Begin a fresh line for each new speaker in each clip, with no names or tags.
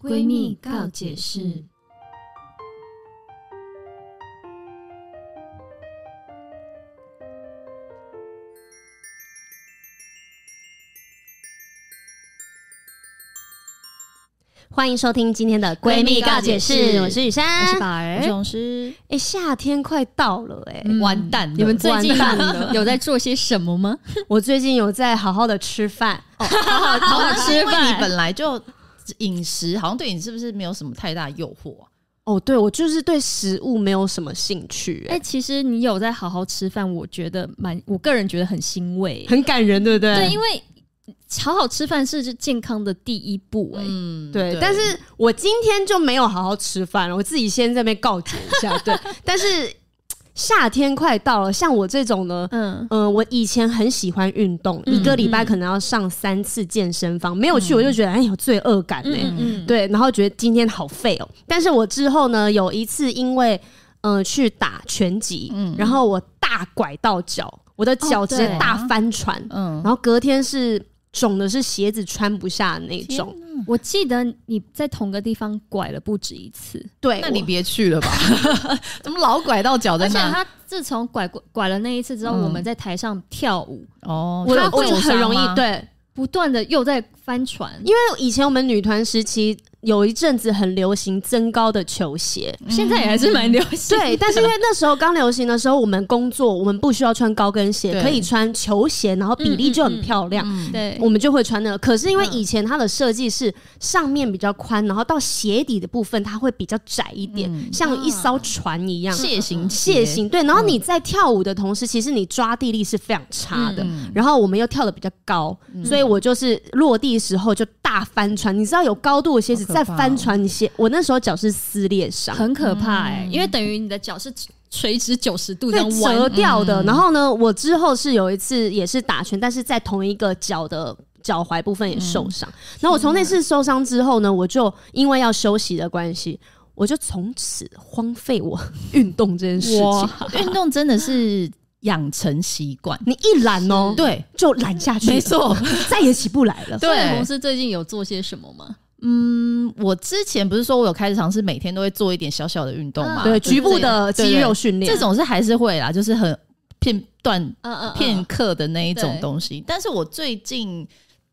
闺蜜告解释。
欢迎收听今天的闺蜜告解释，我是雨
我是
珊。
宝儿，
总师，
哎，夏天快到了，哎，
嗯
完蛋了
你们最近
完蛋了
有在做些什么吗？
我最近有在好好的吃饭，
好好好吃
因为你
饭，
本来就饮食好像对你是不是没有什么太大诱惑啊、
哦，对我就是对食物没有什么兴趣，
哎，
哎，
其实你有在好好吃饭，我觉得蛮，我个人觉得很欣慰。嗯
很感人，对不对？
哎对，因为好好吃饭是健康的第一步。哎，
嗯，
对，但是我今天就没有好好吃饭了，我自己先这边告解一下。对， 但是夏天快到了，像我这种呢。
嗯，
嗯、我以前很喜欢运动，
嗯
一个礼拜可能要上三次健身房，没有去我就觉得哎有罪恶感呢、
嗯嗯，
对，然后觉得今天好废哦、但是我之后呢，有一次因为嗯、呃去打拳击，然后我大拐到脚，我的脚
哦
直接
对
大翻船，
嗯，
然后隔天是肿的是鞋子穿不下的那种。
我记得你在同个地方拐了不止一次，
对，
那
我
你别去了吧？ 怎么老拐到脚在
而且
那？
他自从拐过拐了那一次之后，
嗯
我们在台上跳舞，
哦
我
他
我
会
很容易
对，
对，
不断的又在翻船。
因为以前我们女团时期有一阵子很流行增高的球鞋，
嗯
现在也还是蛮流 行的。
对，但是因为那时候刚流行的时候，我们工作我们不需要穿高跟鞋，
对
可以穿球鞋，然后比例就很漂亮。
嗯，
对，
我们就会穿那个，可是因为以前它的设计是上面比较宽，然后到鞋底的部分它会比较窄一点，
嗯
像一艘船一样。
蟹形
蟹形对，然
嗯
后你在跳舞的同时，其实你抓地力是非常差的。
嗯
然后我们又跳的比较高，所以我就是落地时候就大翻船。你知道有高度的鞋子
好可
再
怕哦
翻船，你鞋我那时候脚是撕裂伤，
很可怕哎、
嗯
因为等于你的脚是垂直九十度这
对
样
折
弯，
掉的。然后呢，我之后是有一次也是打拳，但是在同一个脚的。脚踝部分也受伤，然后我从那次受伤之后呢，我就因为要休息的关系，我就从此荒废我运动这件事情。
运动真的是养成习惯，
你一懒哦，
对，
就懒下去，
没，错，
再也起不来了。
对
对，红是最近有做些什么吗？
嗯，我之前不是说我有开始尝试每天都会做一点小小的运动
啊
嘛？
对，
就是
局部
这
的
对
肌
对
肉训练，
这种是还是会啦，就是很片段
嗯嗯，
片刻的那一种
对
东西。但是我最近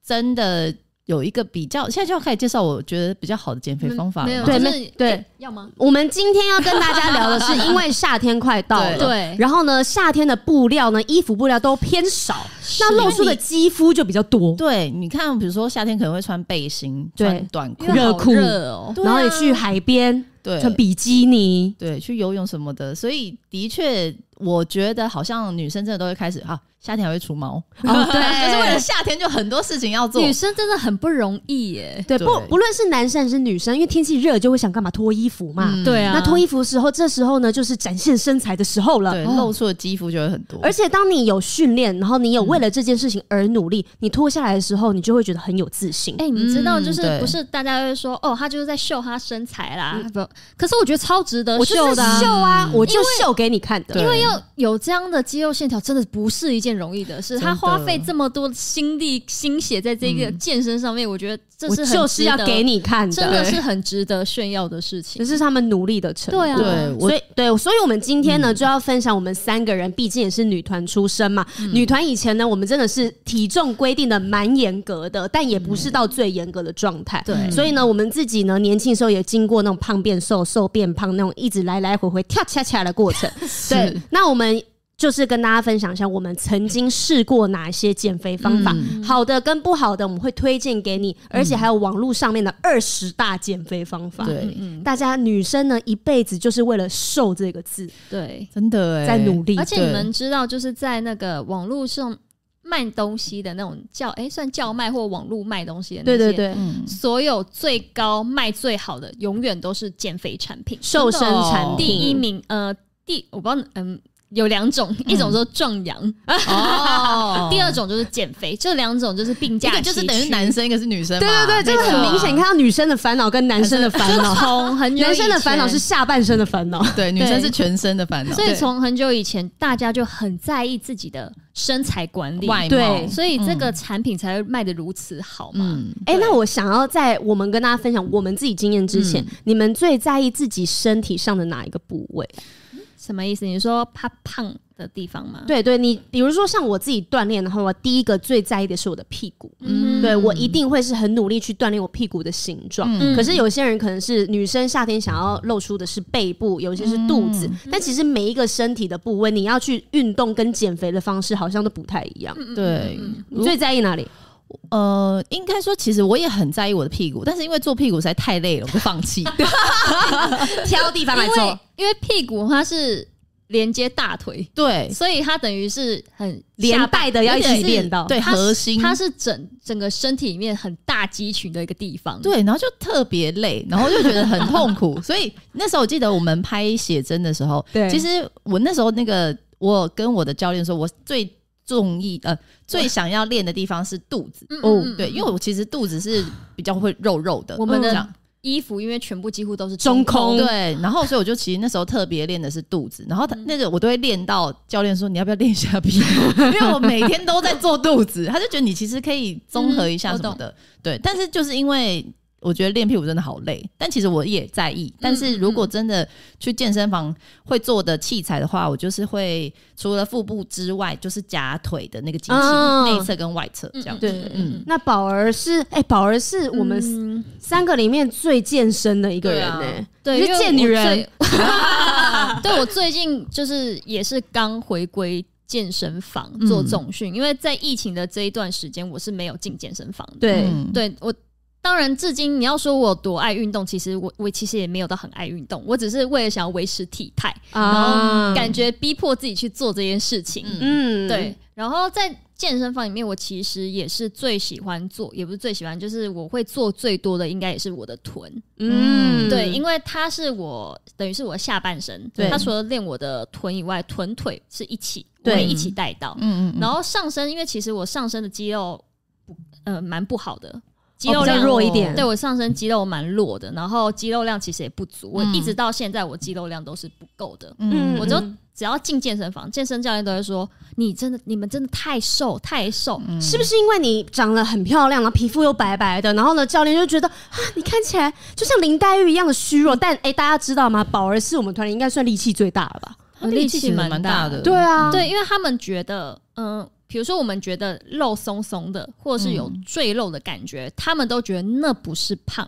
真的有一个比较，现在就要开始介绍我觉得比较好的减肥方法
嗯没
了
有
嘛。
对
就是
没对
哎要吗？
我们今天要跟大家聊的是，因为夏天快到了，
对
然后呢，夏天的布料呢，衣服布料都偏少，那露出的肌肤就比较多。
对，你看，比如说夏天可能会穿背心、
对
穿短裤
因，为
热
好
裤
热哦，
对啊
然后也去海边
对
穿比基 尼，
对，去游泳什么的。所以的确，我觉得好像女生真的都会开始啊，夏天还会除毛，
哦，对，
就是为了夏天就很多事情要做。
女生真的很不容易耶。
对
对
不不论是男生还是女生，因为天气热就会想干嘛脱衣服嘛。
嗯
对啊，
那脱衣服的时候，这时候呢就是展现身材的时候了。
对，露出的肌肤就会很多，
而且当你有训练，然后你有为了这件事情而努力，你脱下来的时候，你就会觉得很有自信。
嗯哎、你知道，
嗯
就是
对
不是大家会说哦，她就是在秀她身材啦。不，可是我觉得超值得
啊嗯我就
秀
是
的、啊，
秀啊，我就秀给你看的。
对
因为要有这样的肌肉线条，真的不是一件容易的事。
真的
他花费这么多心力、心血在这个健身上面，我觉得这
我
是很
就是要
值得
给，你看
真的
的，
是很值得炫耀的事情
只。是他们努力的成果。
对啊，
对我
所以对，所以我们今天呢就要分享我们三个人，毕竟也是女团出身嘛。女团以前呢，我们真的是体重规定的蛮严格的，但也不是到最严格的状态。
对
所以呢，我们自己呢年轻的时候也经过那种胖变瘦、瘦变胖那种一直来来回回跳恰恰的过程。对，那我们就是跟大家分享一下，我们曾经试过哪些减肥方
嗯
法。好的跟不好的，我们会推荐给你，而且还有网络上面的二十大减肥方法。
嗯
对，
大家女生呢，一辈子就是为了“瘦”这个字
对，
真的哎，
在努力
而。且你们知道，就是在那个网络上卖东西的那种叫哎、算叫卖或网络卖东西的
对
那些，
对对，
嗯，
所有最高卖最好的，永远都是减肥产品。
瘦身产
真的哦
品
第一名，呃，第我不知道，嗯，有两种，一种就是壮阳，
哦
第二种就是减肥，这两种就是并
一
驾
个
齐驱，
就是等于男生，一个是女生嘛，啊
对对对，这个很明显，你看到女生的烦恼跟男生的烦 恼，
从很久
男生的烦恼
以前
是下半身的烦恼。
对，女生是全身的烦恼，
所以
对
从很久以前，大家就很在意自己的身材管理，
外貌，
对
所以这个产品才会卖的如此好嘛。
嗯，
哎、那我想要在我们跟大家分享我们自己经验之前，你们最在意自己身体上的哪一个部位？
什么意思？你说怕胖的地方吗？，
对对，你比如说像我自己锻炼的话，我第一个最在意的是我的屁股，
嗯
对我一定会是很努力去锻炼我屁股的形状。
嗯
可是有些人可能是女生夏天想要露出的是背部，有些是肚子，
嗯
但其实每一个身体的部位，你要去运动跟减肥的方式好像都不太一样。
嗯
对，
你最在意 哪里？
呃，应该说，其实我也很在意我的屁股，但是因为做屁股实在太累了，我就放 弃。
挑地方来
因为
做。
因为屁股它是连接大腿，
对，
所以它等于是很
连带的要一起练到，
对
它
核心，
它是整整个身体里面很大肌群的一个地方。，
对，然后就特别累，然后就觉得很痛 苦。所以那时候我记得我们拍写真的时候，
对
其实我那时候那个我跟我的教练说，我最中意呃最想要练的地方是肚子。
嗯
哦
嗯嗯
对，因为我其实肚子是比较会肉肉的，嗯
我们
这
的
样
衣服因为全部几乎都是
中空
对，然后所以我就其实那时候特别练的是肚子，然后他那个我都会练到教练说你要不要练一下屁股，因为我每天都在做肚子，他就觉得你其实可以综合一下什么的，对，但是就是因为。我觉得练屁股真的好累，但其实我也在意。但是如果真的去健身房会做的器材的话，我就是会除了腹部之外，就是夹腿的那个机器，
嗯
内侧跟外侧这样。
嗯
对
嗯
嗯
那宝儿是，哎、宝儿是我们
嗯
三个里面最健身的一个人呢、
对，
对啊
你
因
是
为
贱女
我
人
最。 对我最近就是也是刚回归健身房
嗯
做重训，因为在疫情的这一段时间，我是没有进健身房的。
对，
嗯，
对我当然，至今你要说我有多爱运动，其实我我其实也没有到很爱运动，我只是为了想要维持体态，
啊
然后感觉逼迫自己去做这件事情。
嗯，
嗯
对，然后在健身房里面，我其实也是最喜欢做，也不是最喜欢，就是我会做最多的，应该也是我的臀。
嗯，
对，因为它是我等于是我的下半身，
对
它除了练我的臀以外，臀腿是一起，我
对
会一起带到。
嗯嗯，
然后上身，因为其实我上身的肌肉不呃蛮不好的，肌
哦
肉
比较
量、
弱一点
对我上身肌肉蛮弱的，然后肌肉量其实也不足，我一直到现在我肌肉量都是不够的。
嗯，
我就只要进健身房，健身教练都会说：“你真的，你们真的太瘦，太瘦。
是不是因为你长得很漂亮，然后皮肤又白白的，然后呢，教练就觉得啊，你看起来就像林黛玉一样的虚弱。但哎、大家知道吗？宝儿是我们团里应该算力气最大了吧？
他力
气
气
蛮
蛮
大
大的，
对啊，
对，因为他们觉得，嗯、比如说我们觉得肉松松的，或者是有赘肉的感觉，他们都觉得那不是胖，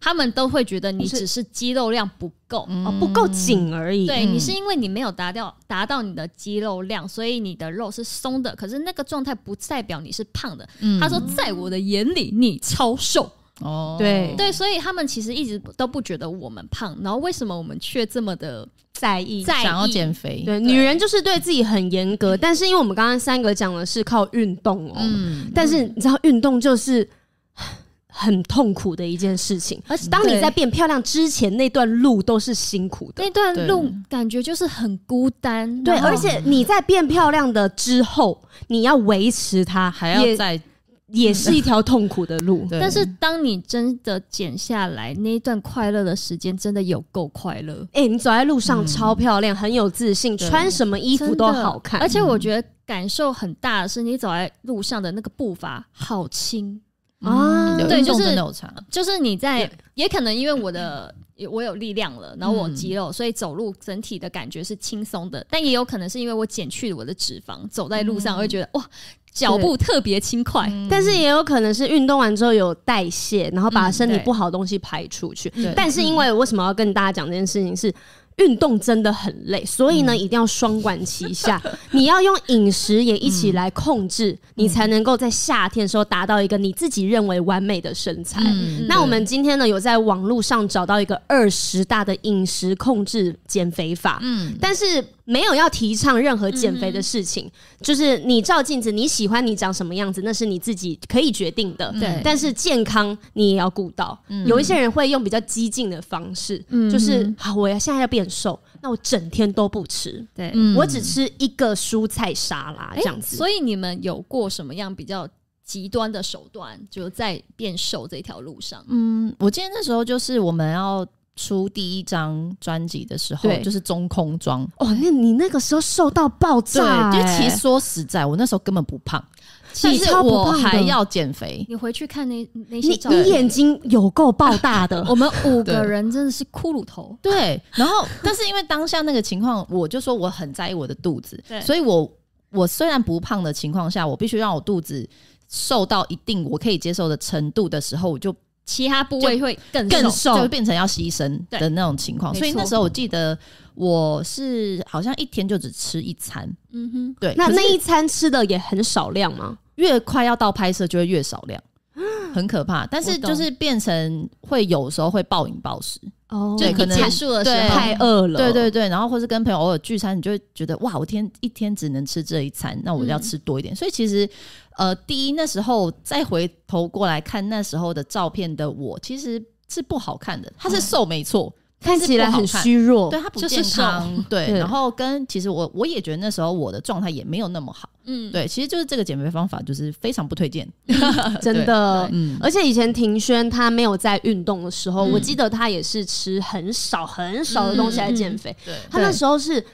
他们都会觉得你
是
只是嗯肌肉量不够。
哦，不够紧而已。
对你是因为你没有达到达到你的肌肉量，所以你的肉是松的，可是那个状态不代表你是胖的。他说，在我的眼里，你超瘦。
哦，
对
对，所以他们其实一直都不觉得我们胖，然后为什么我们却这么的
在意
在意？
想要减肥，
对，女人就是对自己很严格，但是因为我们刚刚三个讲的是靠运动哦，
嗯，
但是你知道运动就是很痛苦的一件事情。
而且
当你在变漂亮之前，那段路都是辛苦的。
那段
对
路感觉就是很孤单，
对，
然后
而且你在变漂亮的之后，你要维持它，
还要
也
再
也是一条痛苦的路。
嗯 对
但是当你真的减下来，那一段快乐的时间真的有够快乐，
哎、你走在路上超漂亮，很有自信，
对
穿什么衣服都
真的
好看。
而且我觉得感受很大的是，你走在路上的那个步伐好轻，
啊
嗯有
对
运
就
动
是
真的有差，
就是你在也可能因为我 的我有力量了，然后我有肌肉，所以走路整体的感觉是轻松的，但也有可能是因为我减去我的脂肪，走在路
嗯
上会觉得哇，脚步特别轻
哎
快。
但是也有可能是运动完之后有代谢，然后把
嗯
身体
对
不好的东西排出去。
对
但是因为为什么要跟大家讲这件事情是？运动真的很累，
嗯
所以呢，一定要双管齐 下。你要用饮食也一
嗯
起来控制，你才能够在夏天的时候达到一个你自己认为完美的身材。
嗯
那我们今天呢，有在网络上找到一个二十大的饮食控制减肥法，
嗯
但是没有要提倡任何减肥的事情，就是你照镜子，你喜欢你长什么样子，那是你自己可以决定
嗯
的。
对
但是健康你也要顾到。有一些人会用比较激进的方式，
嗯
就是好，我要现在要变瘦，那我整天都不吃，
对，
嗯哎
我只吃一个蔬菜沙拉这样子。
所以你们有过什么样比较极端的手段，就在变瘦这条路上？
嗯，我记得那时候就是我们要出第一张专辑的时候，
对
就是中空装。
哦，那你那个时候瘦到爆炸、
对，就
欸
其实说实在，我那时候根本不胖，但
你
是
超不
我
胖的
还要减肥。
你回去看那那些
你
照
你
片，，
眼睛有够爆大 的哦
我们五个
对
人真的是骷髅头，
对，然后但是因为当下那个情况，我就说我很在意我的肚子
对，
所以我我虽然不胖的情况下，我必须让我肚子瘦到一定我可以接受的程度的时候，我就
其他部位会更
更
瘦。
就变成要牺牲的那种情况。
对
所以
没
那
错
时候我记得我是好像一天就只吃一餐，
嗯哼，
对，
那
可是
那一餐吃的也很少量吗？
越快要到拍摄就会越少量。很可怕，但
我
是
懂
就是变成会有时候会暴饮暴食，
哦
对
就
可
你
能
结束的时
对
候，
太饿了，
对对对，然后或是跟朋友偶尔聚餐，你就会觉得哇，我天一天只能吃这一餐，那我要吃多一点。所以其实，呃，第一那时候再回头过来看那时候的照片的我，其实是不好看的。他是瘦没错，
看起来很
虚。
虚弱。
对他不
就是
健康， 对，
对
然后跟其实我我也觉得那时候我的状态也没有那么好，
嗯，
对，其实就是这个减肥方法就是非常不推荐，
真的
对。
嗯，
而且以前庭轩他没有在运动的时候，
嗯
我记得他也是吃很少很少的东西来减肥。
嗯对，
他那时候是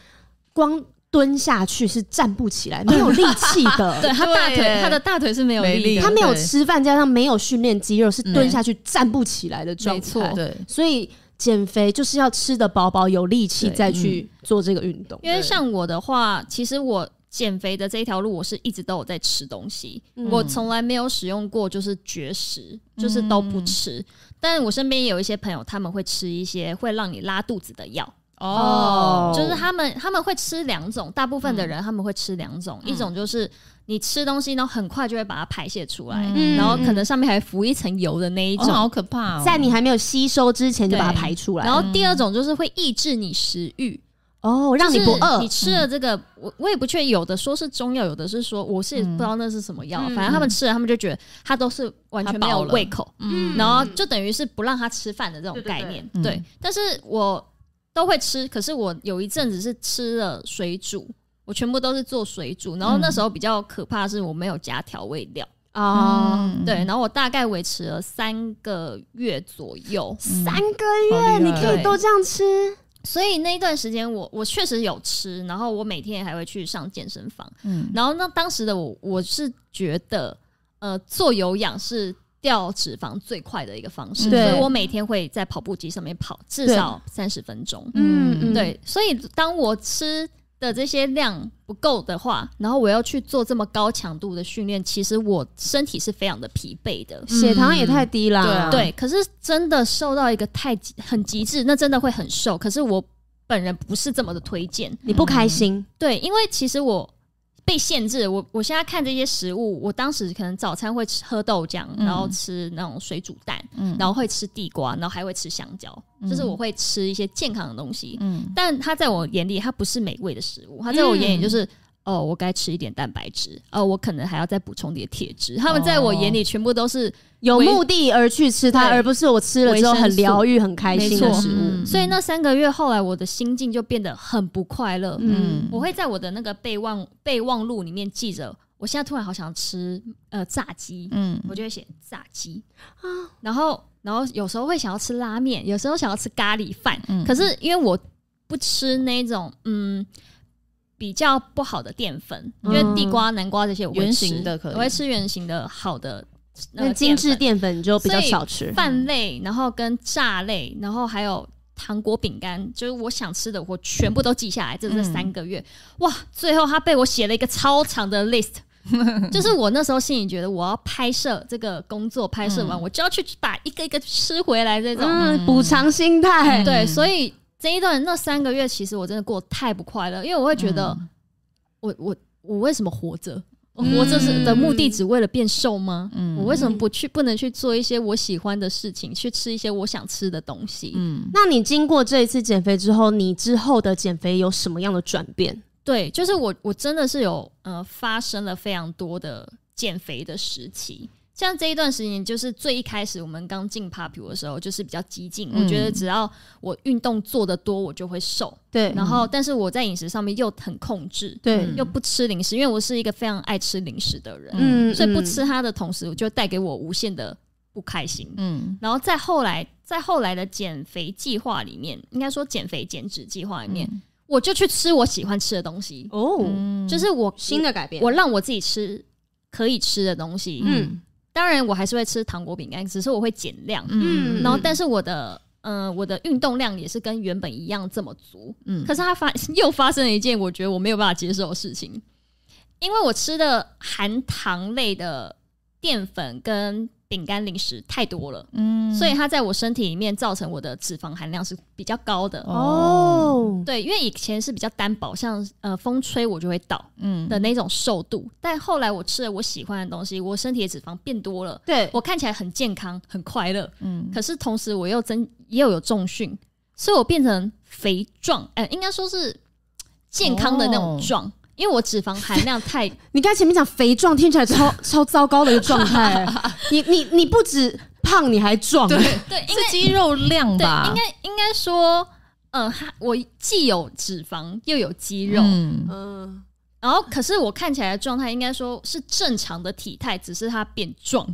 光蹲下去是站不起 来，没有力气
对
的。
他大
对
腿
耶，
他的大腿是没有
没
力
力
的，
他没有
对
吃饭，加上没有训练肌肉，是
嗯
蹲下去站不起来的状
没错
态。
对，
所以减肥就是要吃的饱饱，有力气
对
再去做这个运动。
因为像我的话，其实我减肥的这一条路，我是一直都有在吃东西，
嗯
我从来没有使用过就是绝食，就是都不吃。但我身边也有一些朋友，他们会吃一些会让你拉肚子的药，
哦，
就是他们他们会吃两种，大部
嗯
分的人他们会吃两种，一种就是你吃东西呢，很快就会把它排泄出来，
嗯
然后可能上面还浮一层油的那一
一
种。
好可怕、哦，
在你还没有吸收之前就
对
把它排出来，
然后第二种就是会抑制你食欲，
哦，嗯让你不
就是
饿嗯
你。嗯吃了这个，我我也不确定，有的说是中药，有的是说我是也不知道那是什么药，
嗯
反正他们吃了，他们就觉得他都是完全没
它
有
饱了
胃口，
嗯
然后就等于是不让他吃饭的这种概念。
对对对
对，但是我都会吃，可是我有一阵子是吃了水煮。我全部都是做水煮，然后那时候比较可怕的是我没有加调味料，
哦，
嗯
对，然后我大概维持了三个月左右，
三个
好
月
厉
你
害
可以都这样吃，
所以那一段时间我我确实有吃，然后我每天还会去上健身房，
嗯
然后那当时的我，我是觉得，呃，做有氧是掉脂肪最快的一个方式，所
对
以我每天会在跑步机上面跑至
对
少三十分钟。
嗯嗯
对，所以当我吃的这些量不够的话，然后我要去做这么高强度的训练，其实我身体是非常的疲惫的。
血糖也太低啦。
对啊
对，可是真的瘦到一个太极很极致，那真的会很瘦。可是我本人不是这么的推荐，
你不开心，
对，因为其实我被限制，我我现在看这些食物，我当时可能早餐会吃喝豆浆，
嗯
然后吃那种水煮蛋，
嗯
然后会吃地瓜，然后还会吃香蕉，就是我会吃一些健康的东西。
嗯
但它在我眼里，它不是美味的食物，它在我眼里
嗯
就是。哦，我该吃一点蛋白质，哦，我可能还要再补充点铁质。他们在
哦
我眼里全部都是
有
维
目的而去吃它，
对
而不是我吃了之后
维生素
很疗愈、很开心的
没错
食物。
嗯
所以那三个月后来，我的心境就变得很不快乐。
嗯
嗯，
我会在我的那个备忘备忘录里面记着，我现在突然好想吃呃炸鸡，
嗯
我就会写炸鸡啊，然后然后有时候会想要吃拉面，有时候想要吃咖喱饭，
嗯
可是因为我不吃那种嗯。比较不好的淀粉，因
嗯
为地瓜、南瓜这些我会
圆
吃
形的可以
我会吃圆形的好的呃那
那
个
精致
粉
淀粉你就比较少吃。
饭类，然后跟炸类，然后还有糖果、饼干，就是我想吃的，我全部都记下来。这这
嗯
三个月，哇！最后他被我写了一个超长的 list，就是我那时候心里觉得我要拍摄这个工作，拍摄完、我就要去把一个一个吃回来这种。
嗯，补偿心
嗯
态。
对，所以这一段那三
嗯
个月，其实我真的过得太不快乐，因为我会觉得我我我为什么活着？我这是的目的只为了变瘦吗？
嗯
我为什么不去不能去做一些我喜欢的事情，去吃一些我想吃的东西？
嗯，
那你经过这一次减肥之后，你之后的减肥有什么样的转变？
对，就是我我真的是有呃发生了非常多的减肥的时期。像这一段时间，就是最一开始我们刚进 Papu 的时候，就是比较激进。我觉得
嗯
只要我运动做得多，我就会瘦。
对
然后，但是我在饮食上面又很控制，
嗯对
嗯
又不吃零食，因为我是一个非常爱吃零食的人，
嗯
所以不吃它的同时，我就带给我无限的不开心。
嗯
然后再后来，在后来的减肥计划里面，应该说减肥减脂计划里面，
嗯
我就去吃我喜欢吃的东西，
哦，
嗯
就是我
新的改变，
我让我自己吃可以吃的东西。
嗯
当然，我还是会吃糖果、饼干，只是我会减量。
嗯
然后，
嗯
但是我的嗯、呃我的运动量也是跟原本一样这么足。
嗯
可是它发 又发生了一件我觉得我没有办法接受的事情，因为我吃的含糖类的淀粉跟饼干零食太多了。
嗯
所以它在我身体里面造成我的脂肪含量是比较高的。
哦
哦，
对，因为以前是比较单薄，像呃风吹我就会倒
嗯
的那种瘦度，但后来我吃了我喜欢的东西，我身体的脂肪变多了，
对，
我看起来很健康、很快乐，
嗯
可是同时我又增又有重训，所以我变成肥壮，哎、应该说是健康的那种
哦
壮，因为我脂肪含量 太
你刚才前面讲肥壮，听起来 超超糟糕的一个状 态欸。你你你不止胖，你还壮，
对，因为
是肌肉量
对，
吧，
应该应该说，嗯、哈我既有脂肪又有肌肉，
嗯
嗯，
然后，可是我看起来的状态应该说是正常的体态，只是它变壮。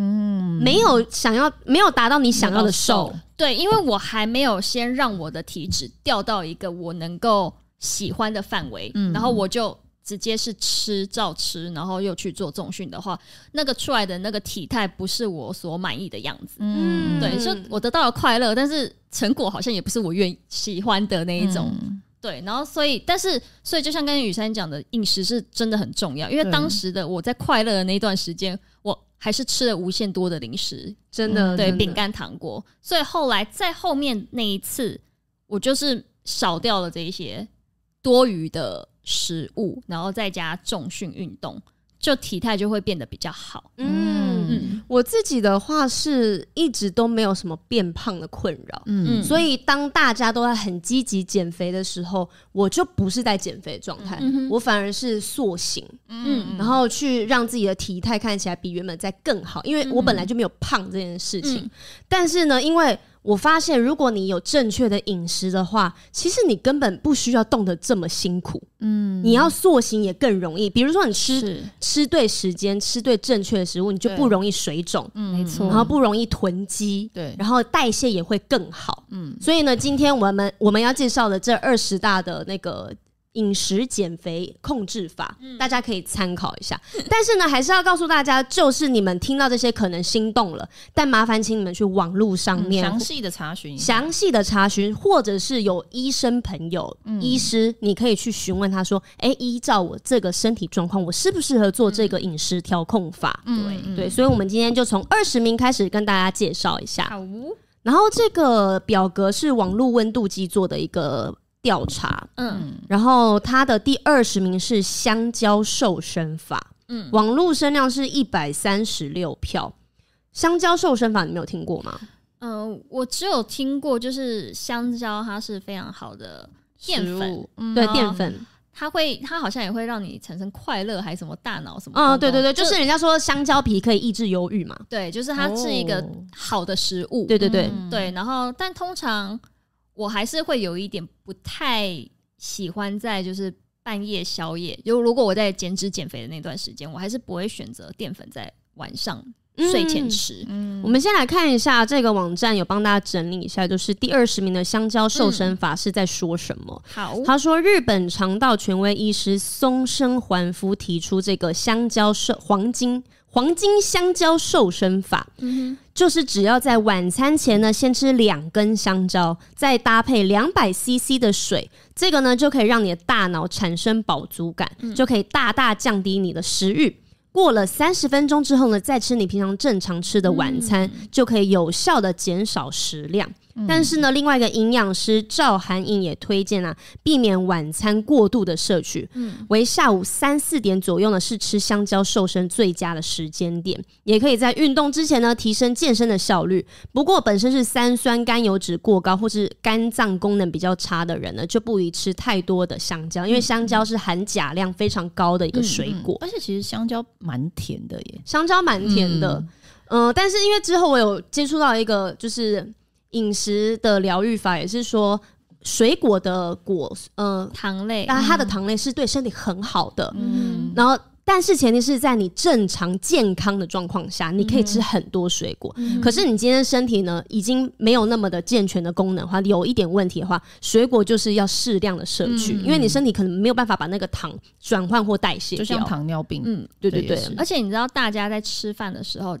嗯
没有想要，没有达到你想要的瘦，
对，因为我还没有先让我的体脂掉到一个我能够喜欢的范围，
嗯
然后我就直接是吃照吃，然后又去做重训的话，那个出来的那个体态不是我所满意的样子。
嗯
对，
嗯
所以我得到了快乐，但是成果好像也不是我愿意喜欢的那一种。
嗯
对，然后所以，但是，所以就像跟雨珊讲的，饮食是真的很重要，因为
对
当时的我在快乐的那一段时间，我还是吃了无限多的零食，嗯
真
的
对
真的
饼干、糖果，所以后来在后面那一次，我就是少掉了这一些多余的食物，然后再加重训运动，就体态就会变得比较好。
嗯，
嗯
我自己的话是一直都没有什么变胖的困扰，
嗯
嗯，
所以当大家都在很积极减肥的时候，我就不是在减肥状态，
嗯哼
我反而是塑形，
嗯
然后去让自己的体态看起来比原本再更好，因为我本来就没有胖这件事情。
嗯
但是呢，因为我发现，如果你有正确的饮食的话，其实你根本不需要动得这么辛苦，
嗯
你要塑形也更容易。比如说，你吃
嗯是
吃对时间，吃对正确的食物，你就
对
不容易水肿，
没
错
然后不容易囤积，
对，
然后代谢也会更好。
嗯
所以呢，今天我们我们要介绍的这二十大的那个饮食减肥控制法，
嗯
大家可以参考一下。但是呢，还是要告诉大家，就是你们听到这些可能心动了，但麻烦请你们去网络上
嗯
面。
详细的查询一下，
详细的查询，或者是有医生朋友、
嗯
医师，你可以去询问他说：“诶，依照我这个身体状况，我适不适合做这个饮食调控法？”
嗯嗯
对，所以我们今天就从二十名开始跟大家介绍一下。
好哦无，
然后这个表格是网络温度计做的一个调查，
嗯
然后它的第二十名是香蕉瘦身法，
嗯，
网络声量是一百三十六票。香蕉瘦身法你没有听过吗？
嗯、我只有听过，就是香蕉它是非常好的淀
食
粉
物，嗯
对，
哦
淀粉
它会，它好像也会让你产生快乐，还是什么大脑什么东
啊、
东？
对对对，就是人家说香蕉皮可以抑制忧郁嘛。
对，就是它是一个
哦
好的食物。
对对对，
嗯
对然后但通常我还是会有一点不太喜欢在就是半夜宵夜，就如果我在减脂减肥的那段时间，我还是不会选择淀粉在晚上
嗯
睡前吃。
嗯
我们先来看一下这个网站有帮大家整理一下，就是第二十名的香蕉瘦身
嗯
法是在说什么。
好，
他说，日本肠道权威医师松生环夫提出这个香蕉瘦黄金黄金香蕉瘦身法，
嗯
就是只要在晚餐前呢，先吃两根香蕉，再搭配两百 CC 的水，这个呢就可以让你的大脑产生饱足感，
嗯
就可以大大降低你的食欲。过了三十分
嗯
钟之后呢，再吃你平常正常吃的晚餐，就可以有效的减少食量。但是呢，另外一个营养师赵涵颖也推荐啊，避免晚餐过度的摄取，为下午三四点左右呢是吃香蕉瘦身最佳的时间点，也可以在运动之前呢提升健身的效率。不过本身是三酸甘油脂过高或是肝脏功能比较差的人呢，就不宜吃太多的香蕉，因为香蕉是含钾量非常高的一个水果。
而且其实香蕉蛮甜的耶，
香蕉蛮甜的，嗯、但是因为之后我有接触到一个就是饮食的疗愈法，也是说水果的果，呃，
糖类，
那它的
嗯
糖类是对身体很好的，
嗯，
然后。但是前提是在你正常健康的状况下，你可以
嗯
吃很多水果。
嗯
可是你今天身体呢已经没有那么的健全的功能的话，有一点问题的话，水果就是要适量的摄取，因为你身体可能没有办法把那个糖转换或代谢
嗯就
掉。
像糖尿病。
嗯，
对对
对也
对，
是
而且你知道，大家在吃饭的时候，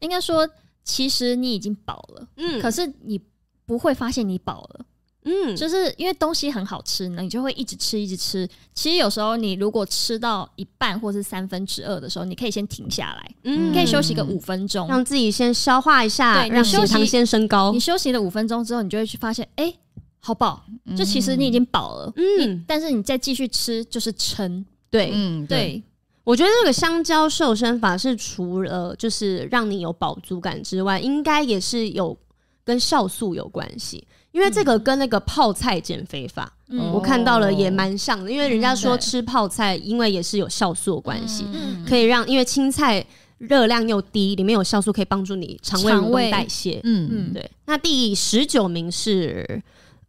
应该说，其实你已经饱了，
嗯
可是你不会发现你饱了，
嗯
就是因为东西很好吃，那你就会一直吃，一直吃。其实有时候你如果吃到一半或是三分之二的时候，你可以先停下来，
嗯
你可以休息个五分钟。
让自己先消化一下，
对你
让血
休息
糖先升高
你。休息了五分钟之后，你就会去发现，哎、好饱，就其实你已经饱了。
嗯，
但是你再继续吃就是撑，
对，
嗯，对，
对，
我觉得这个香蕉瘦身法是除了就是让你有饱足感之外，应该也是有跟酵素有关系，因为这个跟那个泡菜减肥法，
嗯
嗯，
我
哦
看到了也蛮像的，因为人家说
对
吃泡菜，因为也是有酵素有关系，
嗯
可以让因为青菜热量又低，里面有酵素可以帮助你肠胃
肠
蠕动
胃
代谢。
嗯，
嗯，
对，那第十九名是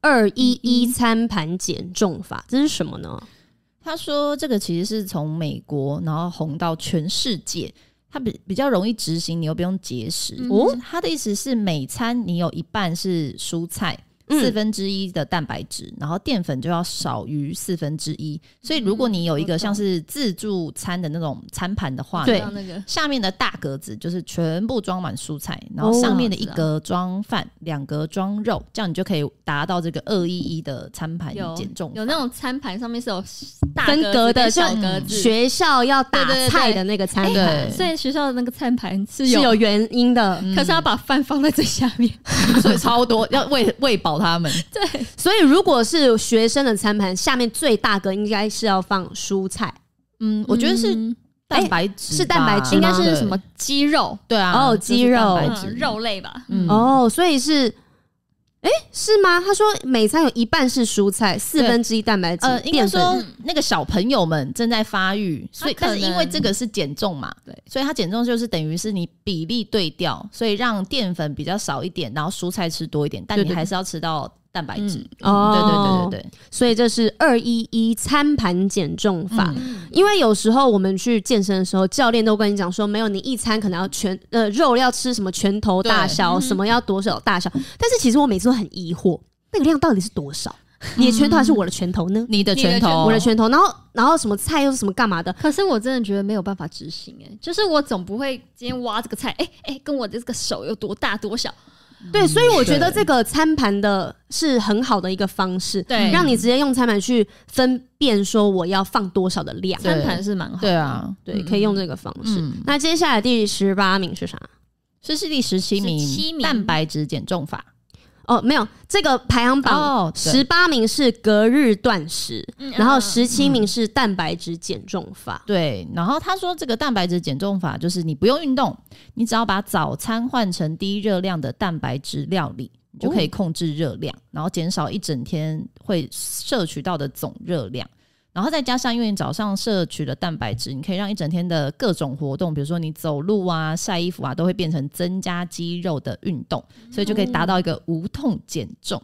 二一一餐盘减重法，这是什么呢？
他说这个其实是从美国然后红到全世界，它比比较容易执行，你又不用节食。
嗯
哦，他的意思是每餐你有一半是蔬菜。
嗯
四分之一的蛋白质，然后淀粉就要少于四分之一。所以如果你有一
我
个
懂
像是自助餐的那种餐盘的话，
对
到那个
下面的大格子就是全部装满蔬菜，然后上面的一格装饭，两格装肉，这样你就可以达到这个二一一的餐盘
有
减重法。
有那种餐盘上面是有大
分格
格子
的
跟
就
小格子，
学校要打
对对对
菜的那个餐盘。
对，
所以学校的那个餐盘是
是
有，
有嗯原因的。
可是他把饭放在最下 面，
所以超多，要喂喂饱他们。
所以如果是学生的餐盘，下面最大格应该是要放蔬菜，
嗯，我觉得是
嗯
蛋白质吧、
是蛋白质
应
吗
该是什么鸡肉，
对啊，
哦
就是
鸡肉
蛋白质
嗯，肉类吧，
嗯
哦，所以是，哎、是吗？他说每餐有一半是蔬菜，四分之一蛋白质，
呃，应该
淀粉
说那个小朋友们正在发育，所以
他可
但
能
是因为这个是减重嘛，
对，
所以它减重就是等于是你比例对调，所以让淀粉比较少一点，然后蔬菜吃多一点，但
对
你
对
还是要吃到蛋白质。嗯
哦，
对对对对对，
所以这是二一一餐盘减重法。
嗯
因为有时候我们去健身的时候，教练都跟你讲说，没有你一餐可能要全呃肉要吃什么拳头大小，什么要多少大小。但是其实我每次都很疑惑，那个量到底是多少？你的拳头还是我的拳头呢？
你的拳
你的拳
头，
我的拳头，然后然后什么菜又是什么干嘛的？
可是我真的觉得没有办法执行哎、就是我总不会今天挖这个菜，哎、哎、跟我的这个手有多大多小，
嗯
对，所以我觉得
对
这个餐盘的是很好的一个方式，
对
让你直接用餐盘去分辨说我要放多少的量。
对
餐盘是蛮好的，
对啊，
对，可以用这个方式。
嗯
那接下来第十八名是啥？
这是第十七名，
17名
蛋白质减重法。
哦，没有，这个排行榜
哦，
十
对
八名是隔日断食，
嗯，
然后
嗯
十七名是蛋白质减重法。
对，然后他说这个蛋白质减重法就是你不用运动，你只要把早餐换成低热量的蛋白质料理，你就可以控制热量，然后减少一整天会摄取到的总热量。然后再加上，因为你早上摄取的蛋白质，你可以让一整天的各种活动，比如说你走路啊、晒衣服啊，都会变成增加肌肉的运动，所以就可以达到
嗯
一个无痛减重。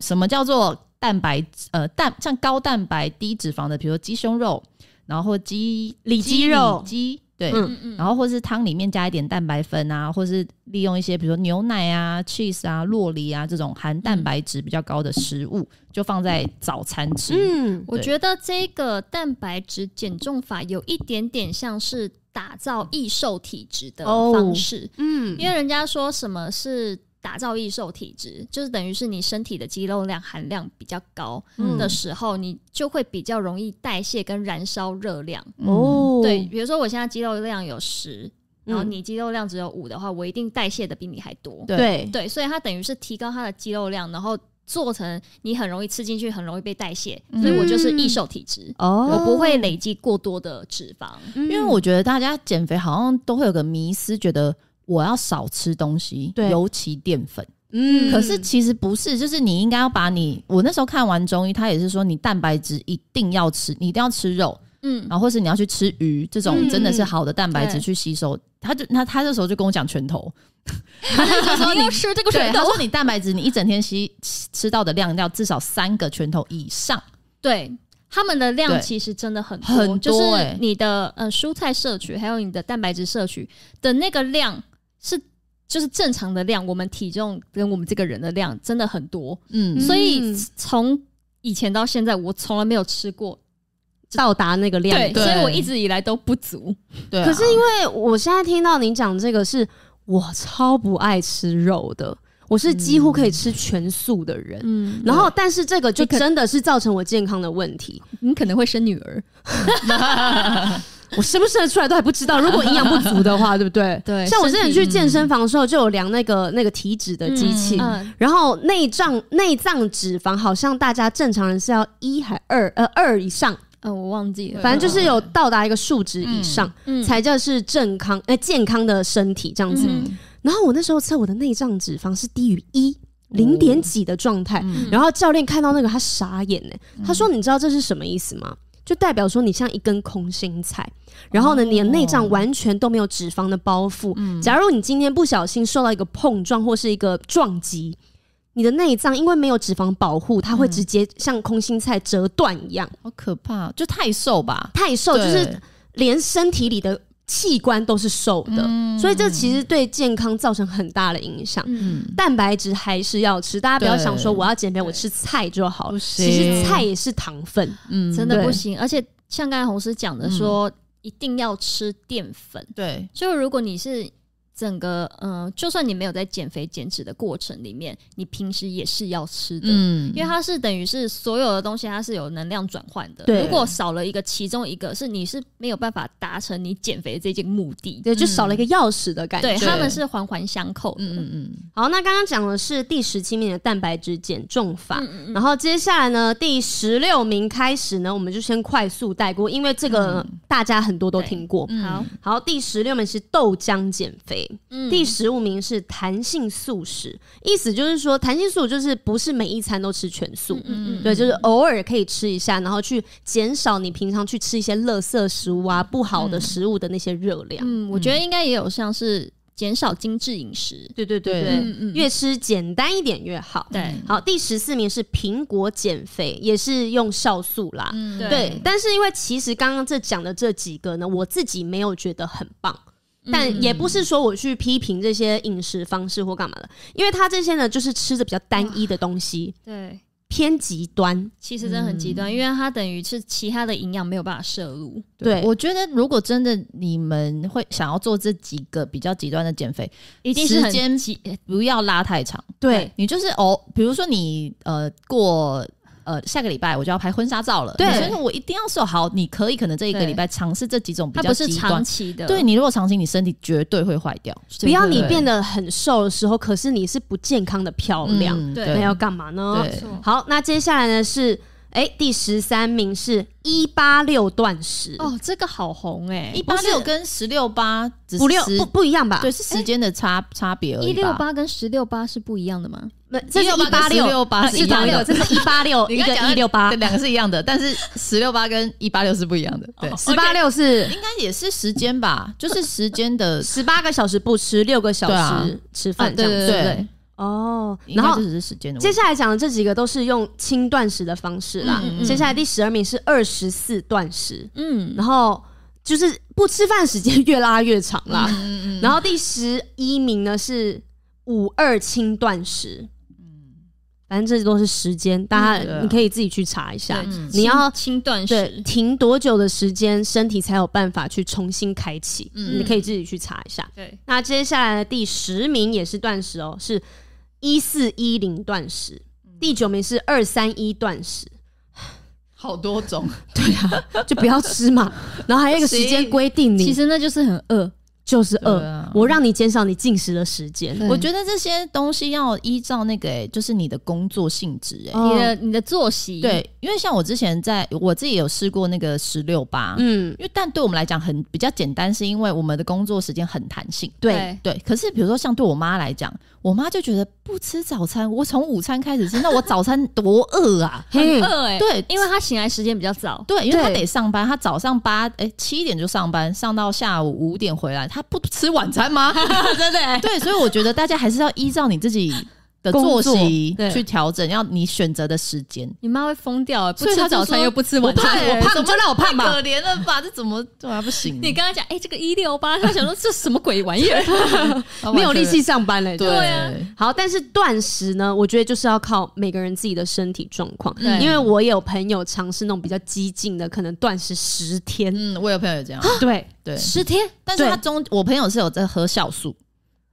什么叫做蛋白质？呃，蛋像高蛋白低脂肪的，比如说鸡胸肉，然后或鸡
里脊肉
鸡里脊对，
嗯
嗯嗯
然后或是汤里面加一点蛋白粉啊，或是利用一些比如说牛奶啊、cheese 啊、洛梨啊这种含蛋白质比较高的食物，就放在早餐吃。
嗯，
我
对
觉得这个蛋白质减重法有一点点像是打造易瘦体质的
哦
方式，
嗯，
因为人家说什么是打造易瘦体质，就是等于是你身体的肌肉量含量比较高
嗯
的时候，你就会比较容易代谢跟燃烧热量。
嗯，
哦，
对，比如说我现在肌肉量有十，然后你肌肉量只有五的话，我一定代谢的比你还多。
对
对
嗯对，所以它等于是提高它的肌肉量，然后做成你很容易吃进去，很容易被代谢，
嗯
所以我就是易瘦体质。
哦
我不会累积过多的脂肪，
因
因为我觉得大家减肥好像都会有个迷思，觉得我要少吃东西，
对
尤其淀粉。
嗯
可是其实不是，就是你应该要把你，我那时候看完中医，他也是说你蛋白质一定要吃，你一定要吃肉，
嗯，
然后或是你要去吃鱼，这种
嗯
真的是好的蛋白质
对
去吸收。他就那他这时候就跟我讲拳头，
他说你要吃这个
对，
水
他
头，
说你蛋白质你一整天吸吃吃到的量要至少三个拳头以上，
对。他们的量
对
其实真的很
很多
就是
欸
你的呃蔬菜摄取，还有你的蛋白质摄取的那个量是就是正常的量，我们体重跟我们这个人的量真的很多，
嗯，
所以
嗯
从以前到现在，我从来没有吃过
到达那个量，
对，
对
所以我一直以来都不足。
对啊、
可是因为我现在听到你讲这个是，我超不爱吃肉的，我是几乎可以吃全素的人。
嗯，
然后，但是这个就
你可
真的是造成我健康的问题。
你可能会生女儿，
我生不生得出来都还不知道。如果营养不足的话，对不对？
对
像我之前
呃身体
去健身房的时候，就有量那个那个体脂的机器，
嗯
嗯，
然后内脏内脏脂肪好像大家正常人是要一还二呃二以上，
呃，我忘记了，
反正就是有到达一个数值以上，
嗯
才叫是正康呃健康的身体这样子。
嗯
然后我那时候测我的内脏脂肪是低于一零点几的状态，
嗯
然后教练看到那个他傻眼呢、他说：“你知道这是什么意思吗？”就代表说你像一根空心菜，然后呢，你的内脏完全都没有脂肪的包覆。
嗯
嗯
假如你今天不小心受到一个碰撞或是一个撞击，你的内脏因为没有脂肪保护，它会
嗯
直接像空心菜折断一样。
好可怕，哦就太瘦吧，
太瘦就
对
是连身体里的器官都是瘦的，
嗯
所以这其实对健康造成很大的影响。
嗯，
蛋白质还是要吃，大家不要
对
想说我要减肥，
对
我吃菜就好
不
了。
行
其实菜也是糖分，
嗯
真的
对
不行。而且像刚才红师讲的说，一定要吃淀粉，
对，
就如果你是。整个嗯、呃就算你没有在减肥减脂的过程里面，你平时也是要吃的，
嗯
因为它是等于是所有的东西，它是有能量转换的。
对
如果少了一个，其中一个是你是没有办法达成你减肥这件目的。
对，就少了一个钥匙的感觉。
对，他们是环环相扣的。
嗯嗯
好，那刚刚讲的是第十七名的蛋白质减重法。
嗯嗯
然后接下来呢，第十六名开始呢，我们就先快速带过，因为这个
嗯
大家很多都听过。
嗯，
好，
好，第十六名是豆浆减肥。
嗯
第十五名是弹性素食，意思就是说弹性素就是不是每一餐都吃全素，
嗯
对，就是偶尔可以吃一下，然后去减少你平常去吃一些垃圾食物啊、不好的食物的那些热量。
嗯，我觉得应该也有像是减少精致饮食。
对对对
对
对，
嗯
越吃简单一点越好。
对
好，第十四名是苹果减肥，也是用酵素啦。
嗯
对
对，但是因为其实刚刚这讲的这几个呢，我自己没有觉得很棒。但也不是说我去批评这些饮食方式或干嘛的，因为它这些呢就是吃的比较单一的东西，
对，
偏极端。
其实真的很极端，因为它等于是其他的营养没有办法摄入。
对，
我觉得如果真的你们会想要做这几个比较极端的减肥，
一定是
时
很
间不要拉太长。
对
你就是哦，比如说你呃过。呃，下个礼拜我就要拍婚纱照了，
对
所以我一定要瘦好。你可以可能这一个
对
礼拜尝试这几种比
它
较
不是
极
长
端，
期的。
对你如果长期，你身体绝对会坏掉。
不要你
对
变得很瘦的时候，可是你是不健康的漂亮，
嗯
对
那要干嘛呢？
对
错
好，那接下来呢是，哎、第十三名是一八六断食，
哦，这个好红哎，
一八
不是
六跟十六八只是
五六
时
不不一样吧？
对是时间的差差别而
一
已吧。
六八跟十六八是不一样的吗？
那这是一八
跟
六，
186
是同一个，
的
这是一八六，
你
一
刚
个
刚讲的
一六八
对，，两个是一样的，但是十六八跟一八六是不一样的。对，
十八六是
应该也是时间吧，就是时间的
十八个小时不吃，六个小
对啊
时吃饭这样子。
对对
哦，
应
然
该
后
就只是时间的
接
问题。
下来讲的这几个都是用轻断食的方式啦。
嗯嗯嗯
接下来第十二名是二十四断食，
嗯，
然后就是不吃饭时间越拉越长啦。
嗯
然后第十一名呢是五二轻断食，反正这都是时间，大
对
家
啊
你可以自己去查一下
对。
嗯
你要
轻断
对，
食。
停多久的时间，身体才有办法去重新开启？
嗯
你可以自己去查一下。
对，
那接下来的第十名也是断食哦，是一四一零断食，
嗯
第九名是二三一断食，
好多种，
就不要吃嘛。然后还有一个时间规定你，
其实那就是很饿，
就是饿。
对啊
我让你减少你进食的时间。
我觉得这些东西要依照那个、欸，就是你的工作性质、欸，哎、
哦
你的你的作息，
对，因为像我之前在我自己有试过那个十六八，
嗯，
因为但对我们来讲很比较简单，是因为我们的工作时间很弹性。
对，
对，可是比如说像对我妈来讲，我妈就觉得不吃早餐，我从午餐开始吃，那我早餐多饿啊！
嘿
很饿哎，
对
因为他醒来时间比较早，
对，因为她
对
得上班，她早上八哎七点就上班，上到下午五点回来，她不吃晚餐吗？
真的欸，
对，所以我觉得大家还是要依照你自己的
工
作
作
息
对
去调整，要你选择的时间。
你妈会疯掉欸，不
所以她
吃
就
早餐
说
又不吃晚
我
餐
怕，欸
我胖
怎
你
么
就让我胖吧。
可怜了吧，这怎么对啊？不行，
你跟他讲，哎，这个一六八，他想 说这什么鬼玩意儿？
没有力气上班了。
对啊，
好，但是断食呢，我觉得就是要靠每个人自己的身体状况。
对
因为我有朋友尝试那种比较激进的，可能断食十天。
嗯，我有朋友也这样，
啊
对，
对，
十天，
但是他
对
中，我朋友是有在喝酵素，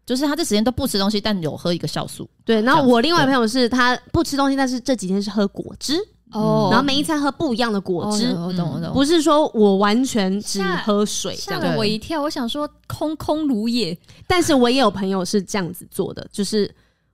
就是他这时间都不吃东西，但有喝一个酵素。
对，然后
这样子
我另外朋友是他不吃东西，但是这几天是喝果汁，
嗯
哦
然后每一餐喝不一样的果
哦
汁，
我哦懂我懂，
不是说我完全只
下
喝水这
吓
样。
了我一跳，我想说空空如 也，
但是我也有朋友是这样子做的，就是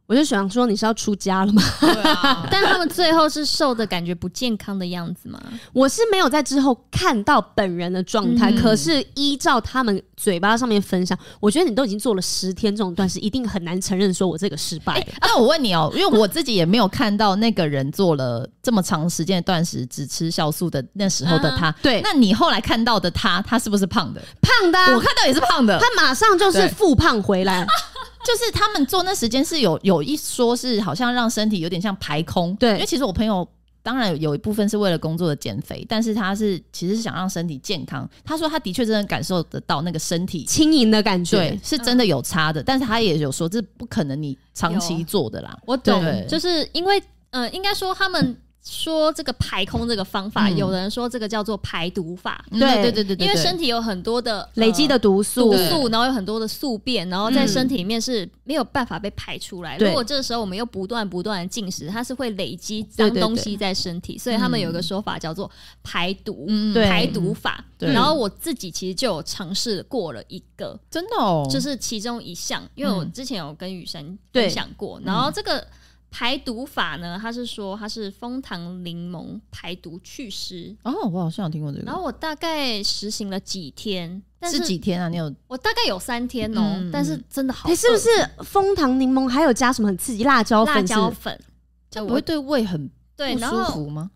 我就想说你是要出家了吗？
对啊，
但他们最后是瘦的感觉不健康的样子嘛？
我是没有在之后看到本人的状态，
嗯
可是依照他们嘴巴上面分享，我觉得你都已经做了十天这种断食，一定很难承认说我这个失败
哎
了。
那我问你哦、因为我自己也没有看到那个人做了这么长时间的断食，只吃酵素的那时候
嗯
的他。
对，
那你后来看到的他，他是不是胖的？
胖的啊、
我看到也是胖的
他，马上就是
对
复胖回 来，
就是他们做那时间是有有一说是好像让身体有点像排空，
对
因为其实我朋友。当然有一部分是为了工作的减肥，但是他是其实是想让身体健康。他说他的确真的感受得到那个身体
轻盈的感觉。
对，是真的有差的，但是他也有说这不可能你长期做的啦。
我懂
对，
就是因为呃，应该说他们说这个排空这个方法，
嗯
有的人说这个叫做排毒法，
嗯
对
对对对对，
因为
对
身体有很多的呃
累积的毒素
毒，素，然后有很多的宿便，然后在身体里面是没有办法被排出来。
对
如果这时候我们又不断不断的进食，它是会累积脏
对对对
东西在身体，所以他们有一个说法叫做排毒。
嗯
对
排毒法，
对
然后我自己其实就有尝试过了一个，
真的哦，嗯
就是其中一项，因为我之前有跟雨神分享过，然后这个排毒法呢，它是说它是枫糖柠檬排毒祛湿，
哦，我好像有听过这个，
然后我大概实行了几天，但
是
是
几天啊？你有
我大概有三天哦、
嗯
但是真的好
哎、
饿，
是不是枫糖柠檬还有加什么很刺激辣椒粉
辣
是不是？
椒粉？就
不
我
会对胃很
对，
不
然
舒
后
服吗？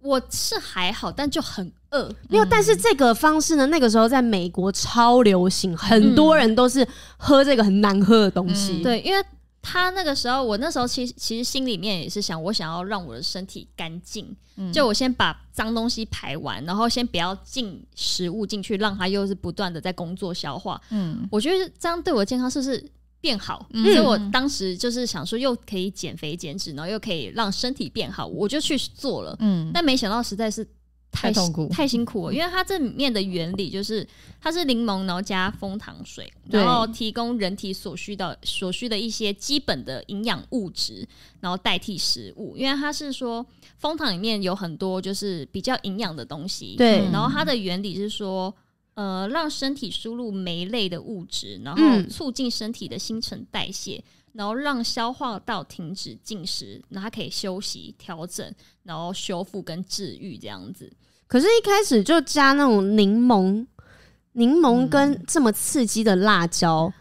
我是还好，但就很饿，
没有，但是这个方式呢，那个时候在美国超流行，很多人都是喝这个很难喝的东西。
嗯
对，因为。他那个时候，我那时候其实其实心里面也是想，我想要让我的身体干净，
嗯
就我先把脏东西排完，然后先不要进食物进去，让它又是不断的在工作消化。
嗯
我觉得这样对我的健康是不是变好？
嗯
所以我当时就是想说，又可以减肥减脂，然后又可以让身体变好，我就去做了。
嗯，
但没想到实在是太
太痛苦
太辛苦了，因为它这里面的原理就是它是柠檬，然后加枫糖水，
对
然后提供人体所需的所需的一些基本的营养物质，然后代替食物，因为它是说枫糖里面有很多就是比较营养的东西，
对
嗯
然后它的原理是说。呃，让身体输入酶类的物质，然后
嗯
促进身体的新陈代谢，然后让消化道停止进食，然后它可以休息、调整，然后修复跟治愈这样子。
可是，一开始就加那种柠檬、柠檬跟这么刺激的辣椒，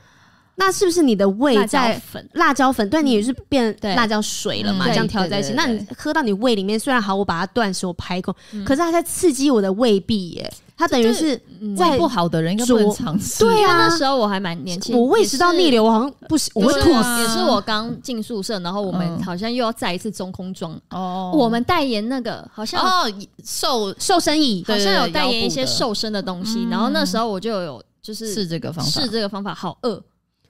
那是不是你的
嗯辣
胃
椒
在
粉，
辣椒粉对你也是变
对
辣椒水了嘛？
嗯
这样调在一起，
对对
那
对
你喝到你胃里面，虽然好，我把它断食，我排空，可是它在刺激我的胃壁耶，它等于是
嗯
在
胃不好的人应该不能
灼
尝试。
对
因为
啊
那。时候我还蛮年轻，
我胃食道逆流，我好像不行，我
也
会
是，
吐
也
死。
是也是我刚进宿舍，然后我们
嗯
好像又要再一次中空装。
哦
我们代言那个好像
哦瘦
瘦身椅，
好
对对
像有
对
代
腰
言一
部
些
的
瘦身的东西，
嗯
然后那时候我就有就是
是这个方法
试，这个方法，好饿。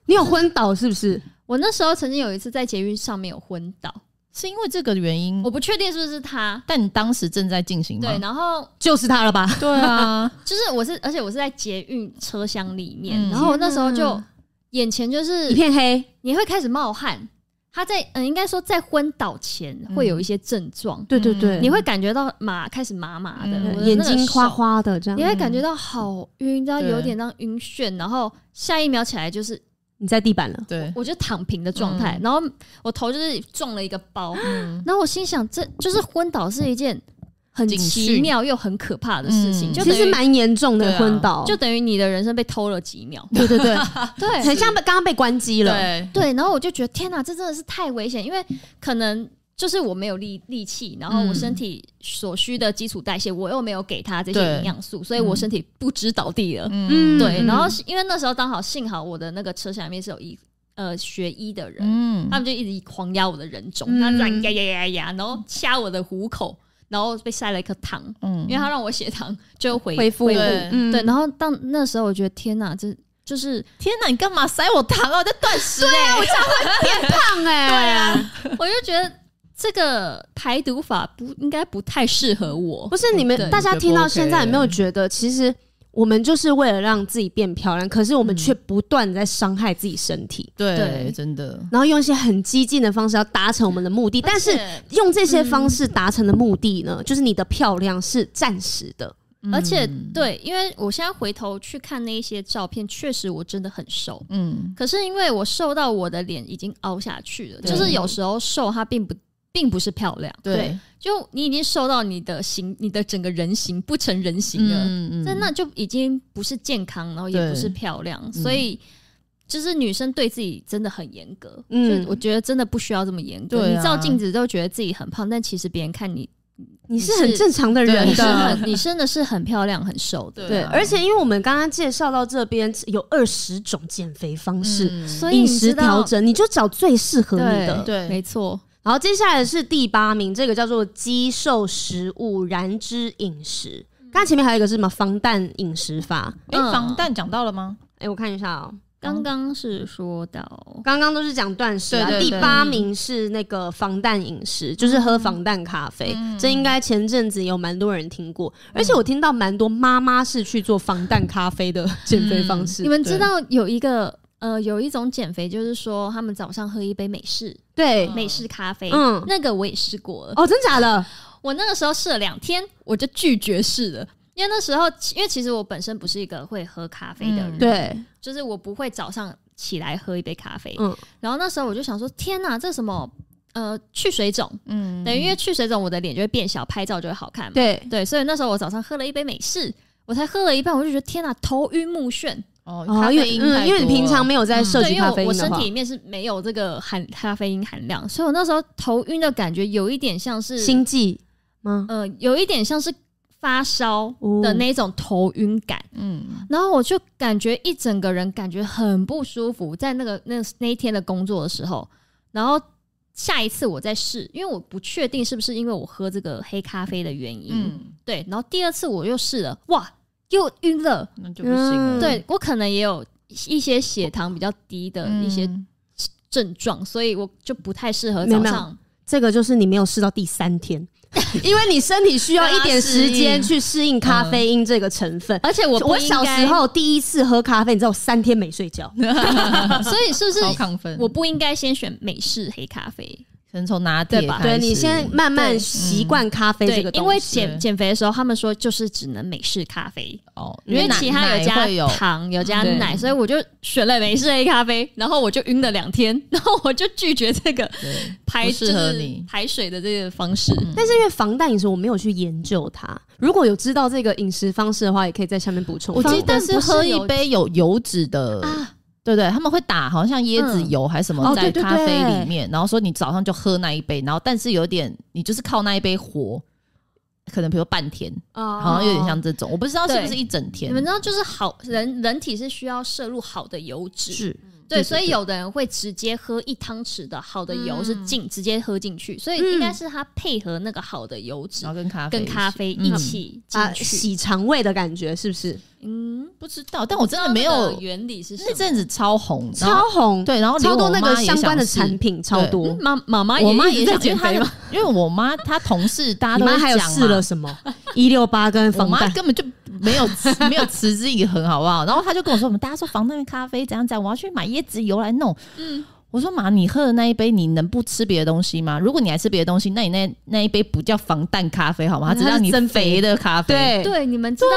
你有昏倒是不是？
我那时候曾经有一次在捷运上面有昏倒，
是因为这个原因
我。不确定是不是他。
但你当时正在进行嗯吗
对，？然后
就是它了吧？
对啊，
就是我是，而且我是在捷运车厢里面，
嗯
然后我那时候就
天
眼前就是
一片黑，
你会开始冒汗，他在嗯、应该说在昏倒前会有一些症状，
对对对，
你会感觉到麻开始麻麻的，
嗯
我
嗯
的
眼
那个
睛花
手
花的这样
你。会感觉到好晕，然后
对
有点让晕眩，然后下一秒起来就是
你在地板了，
对，
我就躺平的状态，然后我头就是撞了一个包，
嗯
然后我心想，这就是昏倒是一件很
警
奇
讯
妙又很可怕的事情，
嗯
就
其
等
实
于
蛮严重
对
的
啊
昏倒，
就等于你的人生被偷了几秒，
对对对，
对
很像被刚刚被关机了，
对，
对，然后我就觉得天哪，这真的是太危险，因为可能。就是我没有力力气，然后我
嗯
身体所需的基础代谢，我又没有给他这些
对
营养素，所以我
嗯
身体不知倒地了。
嗯
对，
嗯
然后是因为那时候刚好幸好我的那个车厢里面是有医呃学医的人，
嗯
他们就一直狂压我的人中，
嗯
他这样压压压压，然后掐我的虎口，然后被塞了一颗糖，
嗯
因为他让我血糖就回
恢复，
对
嗯
对，然后到那时候我觉得天哪，这就是
天哪，你干嘛塞我糖啊？我在断食哎，我
胖
欸
哎，
我就觉得这个排毒法不应该不太适合我
不，是你
对
们大家
就
听
不
到
OK
现在有没有觉得，其实我们就是为了让自己变漂亮，可是
嗯
我们却不断地在伤害自己身体，
对，
对
真的，
然后用一些很激进的方式要达成我们的目的，但
而
是。
且嗯
用这些方式达成的目的呢，就是你的漂亮是暂时的，
而且
嗯
对，因为我现在回头去看那一些照片，确实我真的很瘦，
嗯，
可是因为我瘦到我的脸已经凹下去了，
对
就是有时候瘦它并不并不是漂亮，
对，
就你已经瘦到你的形，你的整个人形不成人形了，
嗯
真的就已经不是健康，然后也
对嗯
不是漂亮，所以。就是女生对自己真的很严格，
嗯
嗯，我觉得真的不需要这么严格。
对啊
你照镜子都觉得自己很胖，但其实别人看你，
你是
是
很正常的
对
人
你是
的。
很，你真的是很漂亮、很瘦的。
对，
啊
而且因为我们刚刚介绍到这边有二十种减肥方式，
嗯
所以
饮
你
食
知道
调，整，你就找最适合你
对
的。
对
没错，
然后接下来是第八名，这个叫做肌瘦食物燃脂饮食。刚刚前面还有一个是什么防弹饮食法？
哎，
嗯
防弹讲到了吗？
哎、我看一下哦、
刚刚是说到，
刚刚都是讲断食啊。
对对对
第八名是那个防弹饮食，就是喝防弹咖啡。这应该前阵子有蛮多人听过，而且我听到蛮多妈妈是去做防弹咖啡的减肥方式。
你们
对
知道有一个呃，有一种减肥，就是说他们早上喝一杯美式
对，
美式咖啡，
嗯
那个我也试过了。
哦，真假的？
我那个时候试了两天，我就拒绝试了，因为那时候，因为其实我本身不是一个会喝咖啡的人，
嗯
对，
就是我不会早上起来喝一杯咖啡。
嗯
然后那时候我就想说，天哪，这什么？呃，去水肿，
嗯，
等于因为去水肿，我的脸就会变小，拍照就会好看嘛。
对，
对，所以那时候我早上喝了一杯美式，我才喝了一半，我就觉得天哪，头晕目眩。
哦
哦，因为嗯，因为你平常没有在摄
对，
取
因为
咖啡
我我
因
身
的话
体，里面是没有这个含咖啡因含量，所以我那时候头晕的感觉有一点像是
心悸吗？哦
呃，有一点像是发烧呃
嗯
的那种头晕感，
嗯
然后我就感觉一整个人感觉很不舒服，在那个那那一天的工作的时候，然后下一次我再试，因为我不确定是不是因为我喝这个黑咖啡的原因，
嗯，
对，然后第二次我又试了，哇，又晕了，
那就不行了，
嗯
对我可能也有一些血糖比较低的一些
嗯
症状，所以我就不太适合
没有
早
没有
上。
这个就是你没有试到第三 天，因为你身体需要一点时间去适应咖啡因这个成分。
而且我不
我
应
小
该
时，候第一次喝咖啡，你知道我三天没睡觉，
所以是不是
超亢奋，
我不应该先选美式黑咖啡？
可能从拿铁
对吧
对
开
嗯
始
你先慢慢
对
习惯咖啡这个
因
东
为
西。
减减肥的时候，他们说就是只能美式咖啡，
哦，
因为其他
奶
有
奶会有嗯
加糖、有加
对
奶，所以我就选了美式黑咖啡，然后我就晕了两天， 然后我就拒绝这个
对
排
不适合你嗯
就是排水的这个方式。
但是因为防弹饮食，我没有去研究它。如果有知道这个饮食方式的话，也可以在下面补充。
我记得
但
是
不是
喝一
有
杯有油脂的，对不对？他们会打好像椰子油还是什么
啊哦
在
对对
咖啡
对
里面，然后说你早上就喝那一杯，然后但是有点你就是靠那一杯活，可能比如半天，好
好
像有点像这种，我不知道是不
对
是一整天
你们。知道，就是好人人体是需要摄入好的油脂，
是
对，
对
所
对
以有的人会直接喝一汤匙的好的油
嗯
是进直接喝进去，所以
嗯
应该是它配合那个好的油脂
然后跟咖啡
跟咖
一起
啡
嗯
一起
啊，
进去。
洗肠胃的感觉是不是？
嗯，
不知道，但我真的没
不知道那
有
个原理是什
那
么？
阵子超红，然后
超红，
对，然后连
超多
我
那
妈
个
也
相关的
想试
产品超
对
多。
妈妈妈
我妈
妈
也
在
想，因
减
为她
肥
的
吗？
因为我妈她同事大家
你
都
妈
会
还有
讲
试
嘛
了什么一六八跟
我
防
妈
弹？
根本就没有辞 没有持啊之以恒，好不好？然后她就跟我说，我们大家说防弹咖啡怎样怎样，我要去买椰子油来弄。嗯，我说妈，你喝的那一杯，你能不吃别的东西吗？如果你还吃别的东西，那你那那一杯不叫防弹咖啡好吗？它只
它是
让你
增肥
肥的咖啡。
对
对，你们知道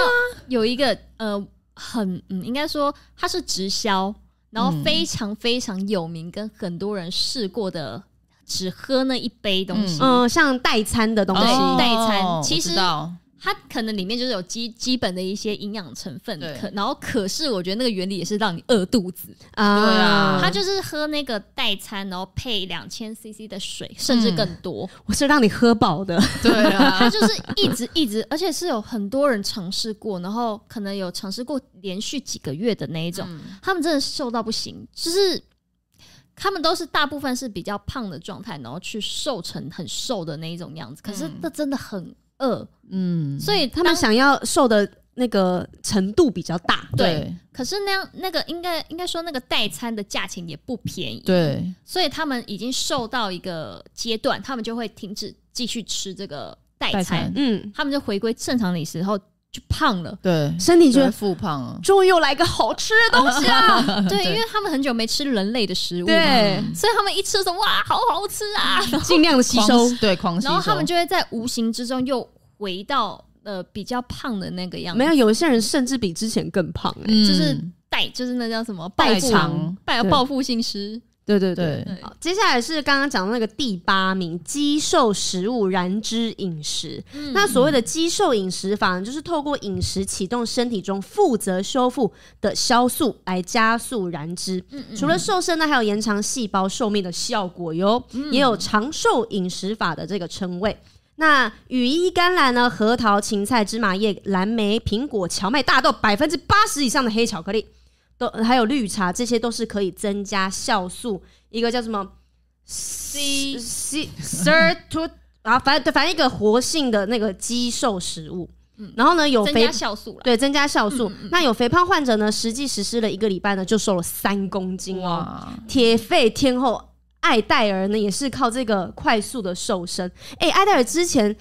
有一个呃，很嗯，应该说它是直销，然后
嗯
非常非常有名，跟很多人试过的，只喝那一杯东西。
嗯，像代餐的东西，
哦代餐
我
其
知
实
道
它可能里面就是有基基本的一些营养成分，
对
可然后可是我觉得那个原理也是让你饿肚子，
对啊
它就是喝那个代餐，然后配两千 CC 的水，甚至更多，
我是让你喝饱 的，
对
它
啊，
就是一直一直，而且是有很多人尝试过，然后可能有尝试过连续几个月的那一种，他们真的瘦到不行，就是他们都是大部分是比较胖的状态，然后去瘦成很瘦的那一种样子，可是
嗯
那真的很饿，
嗯，
所以
他们
当
想要瘦的那个程度比较大，
对
可是那样那个应该应该说那个代餐的价钱也不便宜，
对
所以他们已经瘦到一个阶段，他们就会停止继续吃这个代餐，
代餐。
嗯，
他们就回归正常饮食后就胖了
对，
身体
你
觉得
复胖啊？
终于又来个好吃的东西啊，
哦 对，因为他们很久没吃人类的食物嘛，
对，
所以他们一吃什么哇，好好吃啊！
尽量的吸收，
狂对狂吸收，
然后他们就会在无形之中又回到呃比较胖的那个样子，
没有有一些人甚至比之前更胖，哎，
嗯
就是代就是那叫什么
代
报复
偿
报
对嗯
报复性失，
对对对。
对
对
好接下来是刚刚讲的那个第八名，鸡瘦食物燃脂饮食。
嗯
那所谓的肌瘦饮食法呢，就是透过饮食启动身体中负责修复的酵素来加速燃脂。
嗯嗯
除了瘦身呢，还有延长细胞寿命的效果哟，也有长寿饮食法的这个称谓。那羽衣甘蓝呢？核桃、芹菜、芝麻叶、蓝莓、苹果、荞麦、大豆，百分之八十以上的黑巧克力，都还有绿茶，这些都是可以增加酵素。一个叫什么
C
C Sir to 啊，反正对，反正一个活性的那个肌瘦食物。然后呢，有
嗯增
肥
加嗯酵素了。
对增加酵素。那有肥胖患者呢，实际实施了一个礼拜呢，就瘦了三公斤哦。
哇，
铁肺天后艾戴尔呢，也是靠这个快速的瘦身。哎、艾戴尔之前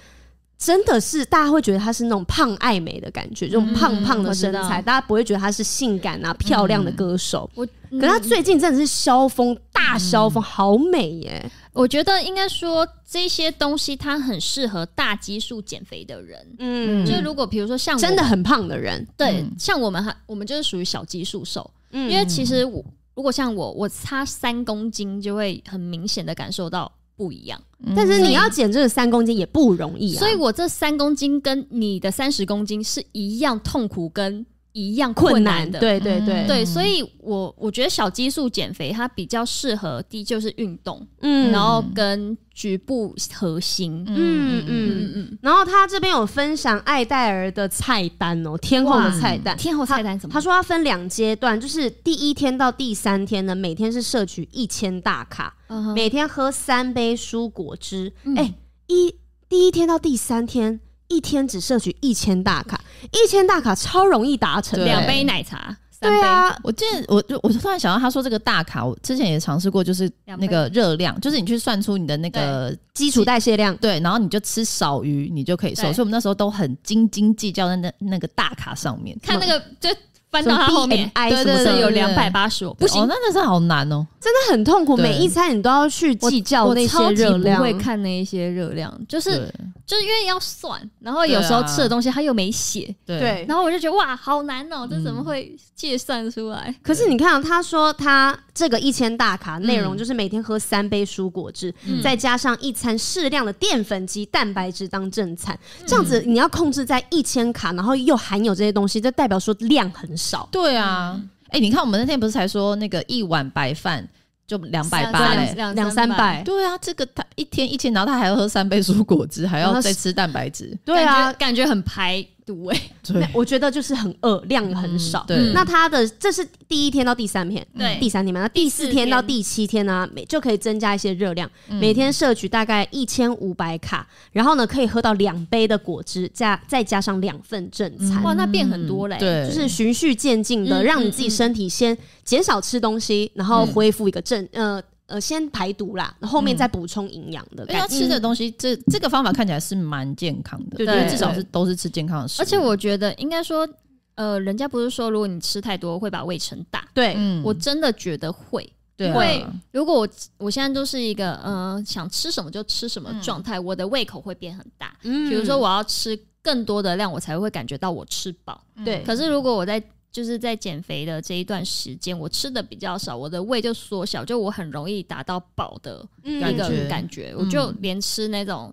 真的是大家会觉得她是那种胖爱美的感觉，这种胖胖的身
嗯我知
材，
道
大家不会觉得她是性感啊漂亮的歌手。
我嗯
可是她最近真的是萧峰大萧峰，好美耶！
我觉得应该说这些东西它很适合大基数减肥的人。
嗯，
就如果比如说像我
真的很胖的人，
对，
嗯
像我们还我们就是属于小基数瘦，
嗯
因为其实我如果像我，我差三公斤就会很明显的感受到不一样，
但是你要减这个三公斤也不容易啊。
嗯所以我这三公斤跟你的三十公斤是一样痛苦跟一样
困
难
难，
的。
对对
嗯
对，
对，所以我我觉得小基数减肥它比较适合，第一就是运动，
嗯
然后跟局部核心，
嗯嗯。
嗯嗯，
然后他这边有分享艾戴尔的菜单哦，天后的菜单。
天后菜单什么？
他说他啊分两阶段，就是第一天到第三天呢，每天是摄取一千大卡，
嗯哼
每天喝三杯蔬果汁。哎、
嗯
一第一天到第三天，一天只摄取一千大卡，一千大卡超容易达成的，
对
两杯奶茶，三
对
杯，
啊，
我记得，我就我就突然想到，他说这个大卡，我之前也尝试过，就是
两
那个热量，就是你去算出你的那个
基础代谢量。
对，然后你就吃少余，你就可以瘦。
对
所以我们那时候都很斤斤计较在那那个大卡上面。
看那个就翻
什么
到它后面，
BMI 什
对
么
对
的，
是有
对对
两百八十，我不
哦
行，
那真的是好难哦。
真的很痛苦。
对
每一餐你都要去计较
我
那
超
些
级
热量
不，会看那一些热量，就是
对
就是因为要算，然后有时候
对啊
吃的东西它又没写，
对
对，
然后我就觉得哇，好难哦、这怎么
嗯
会计算出来？
可是你看、啊，他说他这个一千大卡内容
嗯
就是每天喝三杯蔬果汁，
嗯
再加上一餐适量的淀粉及蛋白质当正餐，
嗯
这样子你要控制在一千卡，然后又含有这些东西，这代表说量很少。
对啊！
嗯
哎、你看我们那天不是才说那个一碗白饭就两百八
三
嘞？
两
两三百，
对啊，这个他一天一千，然后他还要喝三杯蔬果汁，还
然
要
后
再吃蛋白质。
对啊
感觉，感觉很排毒哎、
对嗯
那我觉得就是很饿，量很少。
对，
那他的这是第一天到第三天，
嗯对
第三天嘛，那第四天到第七天呢、每就可以增加一些热量，
嗯
每天摄取大概一千五百卡，然后呢可以喝到两杯的果汁，加再加上两份正餐。
哇，那变很多嘞、
嗯对，
就是循序渐进的，
嗯
让你自己身体先减少吃东西，然后恢复一个正呃呃先排毒啦，后
嗯
面再补充营养的
因为
哎
他
感觉。
吃的东西，这这个方法看起来是蛮健康的，
对
因为
对
至少是都是吃健康的食物。
而且我觉得应该说，呃，人家不是说如果你吃太多会把胃撑大，
对，
嗯
我真的觉得会。
对啊，
因为如果我我现在都是一个嗯、呃想吃什么就吃什么状态，我的胃口会变很大。
嗯
比如说我要吃更多的量，我才会感觉到我吃饱。
对
可是如果我在就是在减肥的这一段时间，我吃的比较少，我的胃就缩小，就我很容易达到饱的
嗯
一个
觉
感觉，我就连吃那种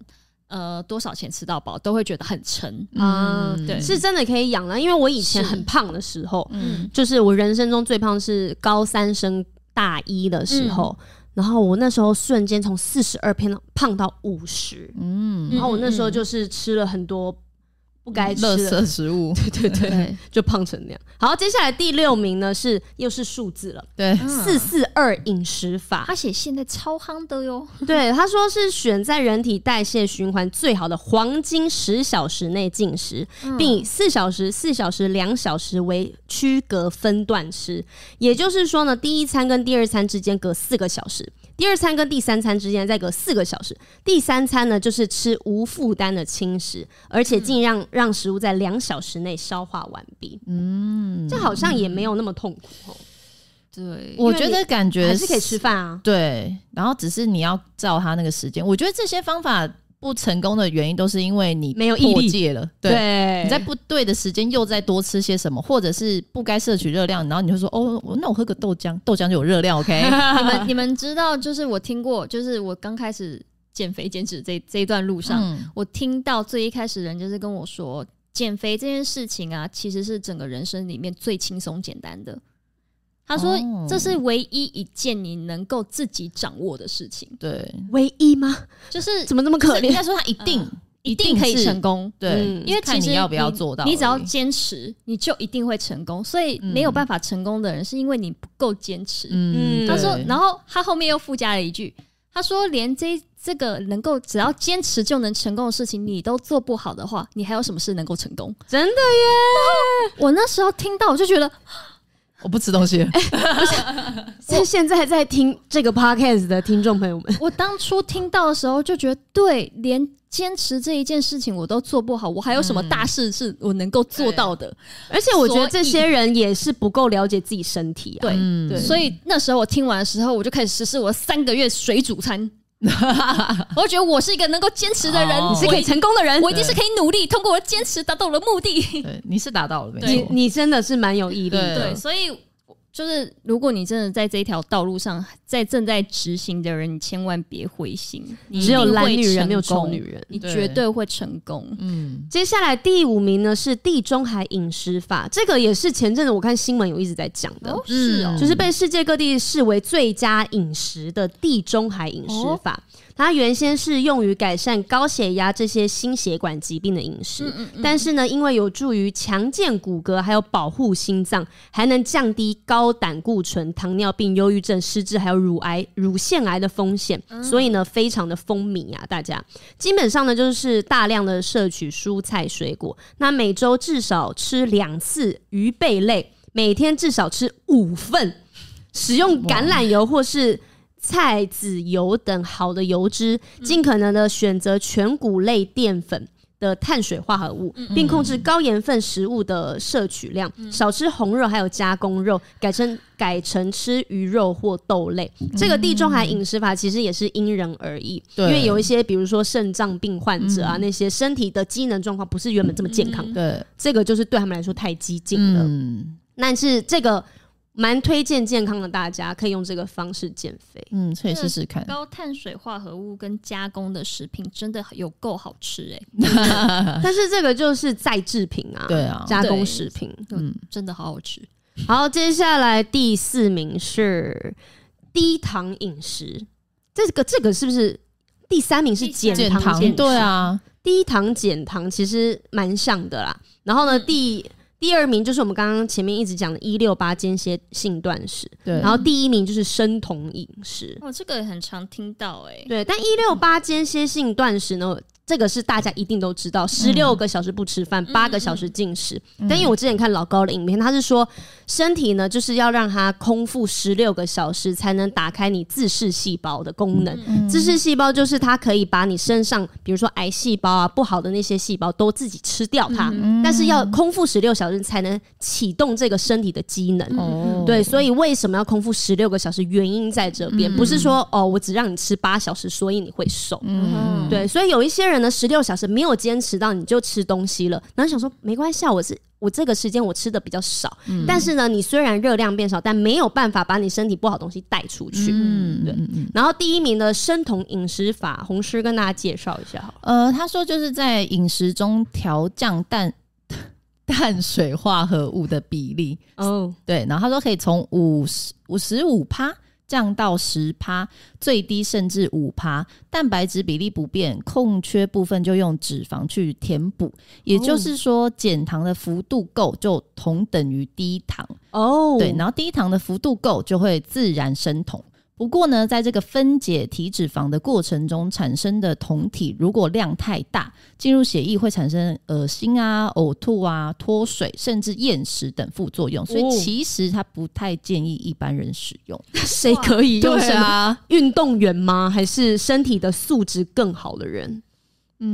呃多少钱吃到饱都会觉得很撑。
啊
嗯
对
是真的可以养了，因为我以前
是
很胖的时候，
嗯，
就是我人生中最胖是高三升大一的时候，
嗯
然后我那时候瞬间从四十二胖胖到五十、
嗯，
然后我那时候就是吃了很多不该吃
垃
的，
圾食物，
对对对，
对
就胖成那样。好，接下来第六名呢是又是数字了，
对，
嗯
四四二饮食法
他。写现在超夯的哟，
对，他说是选在人体代谢循环最好的黄金十小时内进食，
嗯
并以四小时、四小时、两小时为区隔分段吃。也就是说呢，第一餐跟第二餐之间隔四个小时，第二餐跟第三餐之间再隔四个小时，第三餐呢就是吃无负担的轻食，而且
嗯
尽量让食物在两小时内消化完毕。嗯，这好像也没有那么痛苦哦，
对
我觉得感觉
还是可以吃饭啊。
对，然后只是你要照他那个时间。我觉得这些方法不成功的原因，都是因为你
没有毅
破
力
戒了。对，
对
你在不对的时间又再多吃些什么，或者是不该摄取热量，然后你就说哦，我那我喝个豆浆，豆浆就有热量，OK？
你 们你们知道，就是我听过，就是我刚开始减肥减脂这这一段路上，
嗯
我听到最一开始人就是跟我说，减肥这件事情啊，其实是整个人生里面最轻松简单的。他说
哦，
这是唯一一件你能够自己掌握的事情，
对，
唯一吗？
就是
怎么那么
就
可
是应
怜？
该说他一嗯定、
一定可以
是
成功。
对
嗯，
因为
看
其实
你要不要做到
你只要
而已
坚持，你就一定会成功。所以没有
嗯
办法成功的人，是因为你不够坚持。
嗯，
嗯
他
对
说，然后他后面又附加了一句，他说连这这个能够只要坚持就能成功的事情，你都做不好的话，你还有什么事能够成功？
真的耶！
我那时候听到，我就觉得
我不吃东西了，
哎
是现在在听这个 podcast 的听众朋友们，
我当初听到的时候就觉得，对，连坚持这一件事情我都做不好，我还有什么大事是我能够做到的？
而且我觉得这
所
些人也是不够了解自己身体啊。
对。
嗯，
对
所以那时候我听完的时候，我就开始实施我三个月水煮 餐，我就觉得我是一个能够坚持的人，
哦
你是可以成功的人
我，一定是可以努力，通过我的坚持达到我的目的。
对，你是达到了，没
你
错，
你真的是蛮有毅力的。
对，所以就是如果你真的在这一条道路上，在正在执行的人，你千万别灰心，你一
只有
定
懒
会
女人，
成
没有
功
丑女，人。
你
对
绝对会成功。
嗯，
接下来第五名呢是地中海饮食法，这个也是前阵子我看新闻有一直在讲的，
哦，是哦，
就是被世界各地视为最佳饮食的地中海饮食法。它原先是用于改善高血压这些心血管疾病的饮食，但是呢，因为有助于强健骨骼，还有保护心脏，还能降低高胆固醇、糖尿病、忧郁症、失智还有乳癌、乳腺癌的风险，所以呢，非常的风靡啊！大家基本上呢，就是大量的摄取蔬菜水果，那每周至少吃两次鱼贝类，每天至少吃五份，使用橄榄油或是菜籽油等好的油脂，
嗯
尽可能的选择全谷类淀粉。的碳水化合物，
嗯
并控制高盐分食物的摄取量，少吃红肉还有加工肉，改成改成吃鱼肉或豆类。这个地中海饮食法其实也是因人而异，因
嗯对嗯
为有一些比如说肾脏病患者啊，那些身体的机能状况不是原本这么健康的，
对，
这个就是对他们来说太激进了。
嗯
但是这个蛮推荐健康的大家可以用这个方式减肥。
嗯，可以试试看，
高碳水化合物跟加工的食品真的有够好吃哎、
但是这个就是再制品啊，
嗯对啊
加工食品。
嗯，真的好好吃。
好，接下来第四名是低糖饮食，这个这个是不是第三名是减
减
糖
糖
饮食？，
对啊，
低糖减糖其实蛮像的啦。然后
嗯
呢，第第二名就是我们刚刚前面一直讲的一六八间歇性断食，
对，
然后第一名就是生酮饮食。
哦，这个很常听到哎、
对，但一六八间歇性断食呢，这个是大家一定都知道，十六个小时不吃饭，八、个小时进食。但因为我之前看老高的影片，他是说身体呢就是要让它空腹十六个小时，才能打开你自噬细胞的功
嗯
能。自噬细胞就是它可以把你身上，比如说癌细胞啊、不好的那些细胞都自己吃掉它，但是要空腹十六小时才能启动这个身体的机能。
嗯
哦
对，所以为什么要空腹十六个小时？原因在这边，不是说哦，我只让你吃八小时，所以你会瘦。
嗯，
对，所以有一些人呢，十六小时没有坚持到，你就吃东西了，然后想说没关系啊，我是我这个时间我吃的比较少，但是呢，你虽然热量变少，但没有办法把你身体不好的东西带出去。
嗯，
对
对，嗯嗯
然后第一名的生酮饮食法，红师跟大家介绍一下好了。
呃，他说就是在饮食中调降氮 碳水化合物的比例，
哦，
对，然后他说可以从五十五十五趴降到十趴，最低甚至五趴。蛋白质比例不变，空缺部分就用脂肪去填补。也就是说，减糖的幅度够，就同等于低糖。
哦，
对，然后低糖的幅度够，就会自然生酮。不过呢，在这个分解体脂肪的过程中产生的酮体，如果量太大，进入血液会产生恶心啊、呕吐啊、脱水，甚至厌食等副作用。所
哦
以其实它不太建议一般人使用。
谁可以用什么？
啊，
运动员吗？还是身体的素质更好的人？